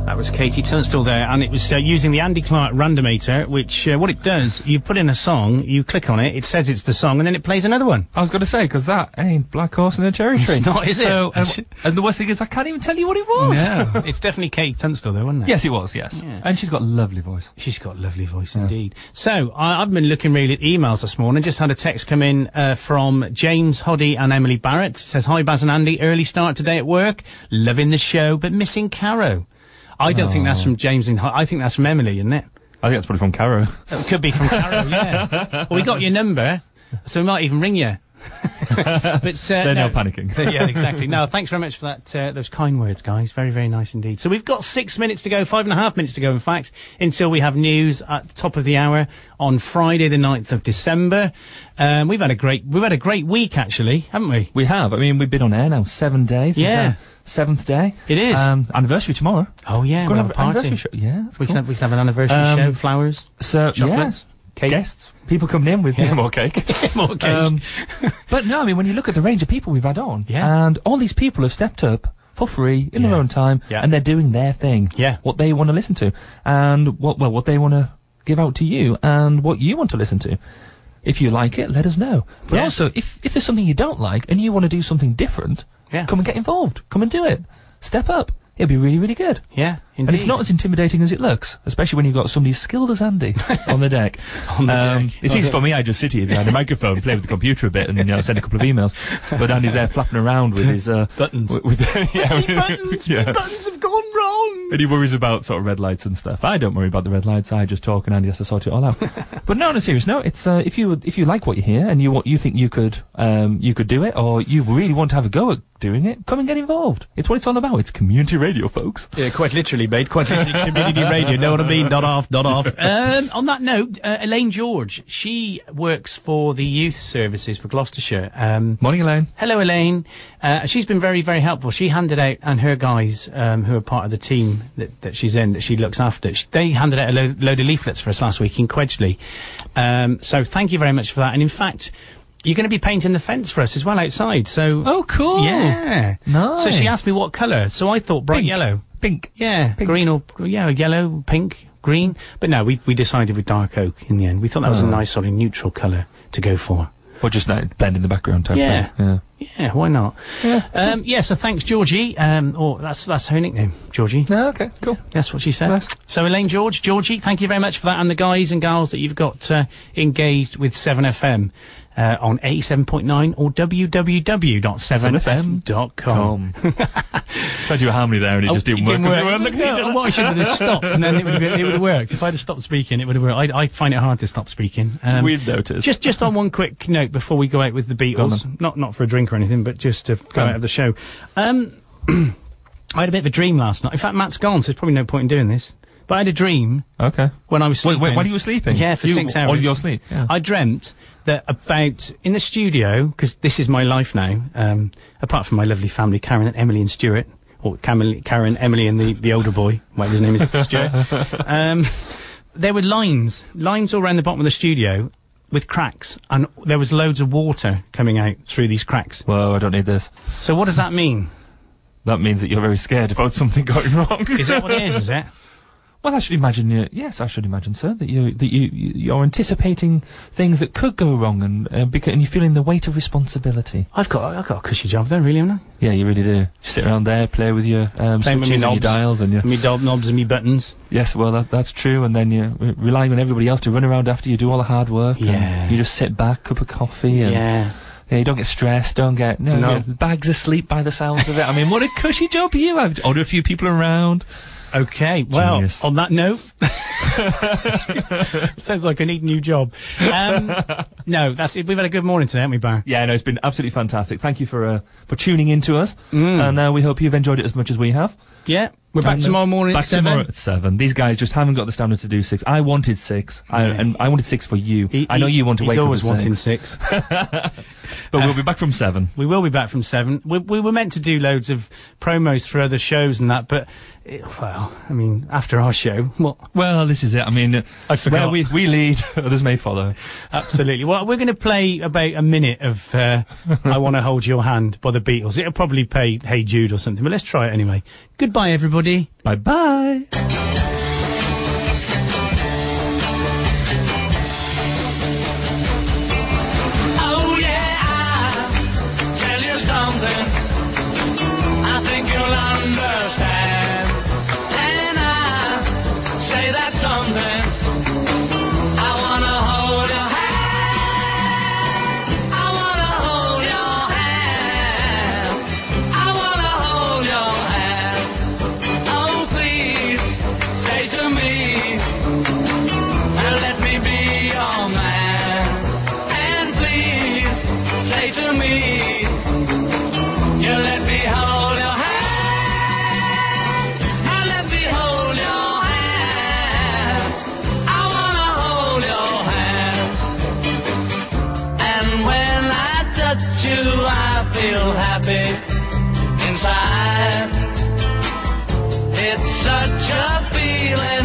That was Katie Tunstall there, and it was uh, using the Andy Clark randomator, which uh, what it does, you put in a song, you click on it, it says it's the song, and then it plays another one. I was going to say because that ain't Black Horse and a Cherry Tree. It's not, is it? <laughs> So, um, and the worst thing is, I can't even tell you what it was. <laughs> No, it's definitely Katie Tunstall, though, wasn't it? Yes, it was. Yes, and she's got a lovely voice. She's got a lovely voice indeed. So I, I've been looking really at emails this morning. Just had a text come in uh, from James Hoddy and Emily Barrett. It says, "Hi Baz and Andy, early start today at work. Loving the show, but missing Caro." I don't think that's Oh. from James in. Ho- I think that's from Emily, isn't it? I think that's probably from Caro. It could be from Caro. <laughs> yeah. Well, we got your number, so we might even ring you. <laughs> but uh, They're no. now panicking. <laughs> yeah, exactly. No, thanks very much for that. Uh, those kind words, guys. Very, very nice indeed. So we've got six minutes to go, five and a half minutes to go, in fact, until we have news at the top of the hour on Friday, the 9th of December. Um, we've had a great, we've had a great week actually, haven't we? We have. I mean, we've been on air now seven days. It's Yeah. our uh, seventh day. It is. Um, anniversary tomorrow. Oh yeah, Gonna we'll have have a an party. anniversary show. Yeah, that's we can cool. have, we can have an anniversary Um, show, flowers, So chocolates, yeah, guests, people coming in with <laughs> <laughs> more cake, Um, more cake. but no, I mean when you look at the range of people we've had on, and all these people have stepped up for free in their own time, Yeah. and they're doing their thing, yeah, what they want to listen to, and what well what they want to give out to you, and what you want to listen to. If you like it, let us know. But Yeah. also, if if there's something you don't like and you want to do something different, yeah. come and get involved. Come and do it. Step up. It'll be really, really good. Yeah, indeed. And it's not as intimidating as it looks, especially when you've got somebody as skilled as <laughs> Andy on the deck. Um, On the deck. It's easy for me. I just sit here behind a microphone, play with the computer a bit, and you know, send a couple of emails. But Andy's there flapping around with his uh, buttons. With, <laughs> yeah, buttons. Buttons have gone wrong. And he worries about sort of red lights and stuff. I don't worry about the red lights. I just talk, and Andy has to sort it all out. but no, on a serious note, it's uh, if you if you like what you hear and you want you think you could um, you could do it, or you really want to have a go at doing it, come and get involved. It's what it's all about. It's community radio, folks. Yeah, quite literally, mate. Quite literally, community radio. Know what I mean? Not off, not <laughs> off. Um, on that note, uh, Elaine George, she works for the youth services for Gloucestershire. Um, Morning, Elaine. Hello, Elaine. Uh, she's been very, very helpful. She handed out, and her guys, um, who are part of the team that, that she's in, that she looks after, sh they handed out a lo- load of leaflets for us last week in Quedgeley. Um, so thank you very much for that. And in fact, you're going to be painting the fence for us as well outside. So Oh, cool. yeah. So she Nice. asked me what colour. So I thought bright Pink. yellow. Pink. Yeah. Green or yeah, yellow, pink, green. But no, we we decided with dark oak in the end. We thought that was a Oh. nice sort of neutral colour to go for. Or just like, blend in the background type Yeah. thing. Yeah. Yeah, why not? Yeah. Um, yeah. So thanks, Georgie. Um, or that's that's her nickname, Georgie. No, okay, cool. That's what she said. So Elaine, George, Georgie, thank you very much for that, and the guys and girls that you've got uh, engaged with Seven FM uh, on eighty-seven point nine or www.7fm.com. <laughs> Tried to do a harmony there and it Oh, just didn't work. 'cause <laughs> everyone looks at each No, other. What I should have just stopped, and then it would, have been- it would have worked. If I'd have stopped speaking, it would have worked. I, I find it hard to stop speaking. We'd notice. Um, Just, just on one quick note before we go out with the Go on Beatles, then. not not for a drink or anything, but just to go on. out of the show. Um, <clears throat> I had a bit of a dream last night. In fact, Matt's gone, so there's probably no point in doing this. But I had a dream Okay. when I was Wait, sleeping. wait, while you were sleeping? Yeah, for You- six all hours. your sleep, yeah. I dreamt that about in the studio because this is my life now. Um, apart from my lovely family, Karen and Emily and Stuart, or Cam- Karen, Emily, and the the older boy, whatever his name <laughs> is, Stuart. Um, there were lines, lines all around the bottom of the studio. with cracks, and there was loads of water coming out through these cracks. Whoa, I don't need this. So what does that mean? That means that you're very scared about something going <laughs> wrong. Is that what it is? Is it? Well, I should imagine. You, yes, I should imagine, sir, that you that you you- you're anticipating things that could go wrong, and uh, beca- and you're feeling the weight of responsibility. I've got I've got a cushy job there, really, haven't I? Yeah, you really do. You sit around there, play with your um, Playing with me switches and your knobs. dials and your me dob knobs and me buttons. Yes, well, that, that's true. And then you're re- relying on everybody else to run around after you do all the hard work. and Yeah. you just sit back, cup of coffee, and Yeah. yeah, you don't get stressed. Don't get no, No. yeah, bags asleep by the sounds of it. I mean, what a cushy job you have. Order a few people around. Okay, well, on that <laughs> note, sounds like I need a new job. Um, no, that's it. We've had a good morning today, haven't we, Bar? Yeah, no, it's been absolutely fantastic. Thank you for uh, for tuning in to us, and uh, we hope you've enjoyed it as much as we have. Yeah, Mm. we're back And, uh, tomorrow morning Back at seven. tomorrow at seven. These guys just haven't got the stamina to do six. I wanted six, I, and I wanted six for you. I know he- you want to he's wake up. always at wanting six, but we'll be back from seven. Uh, We will be back from seven. We, we were meant to do loads of promos for other shows and that, but eh, well, I mean, after our show, what? Well, this is it. I mean, uh, where forgot. we, we lead, <laughs> others may follow. Absolutely. Well, we're going to play about a minute of uh, "I Want to <laughs> Hold Your Hand" by the Beatles. It'll probably play "Hey Jude" or something, but let's try it anyway. Goodbye, everybody. Bye bye. Oh yeah, I tell you something. I think you'll understand. And I say that something. I wanna hold your hand. I wanna hold your hand. I wanna hold your hand. Oh please, say to me, and let me be your man. And please say to me, you let me hold your hand. And let me hold your hand. I wanna hold your hand. And when I touch you, I feel happy inside. It's such a feeling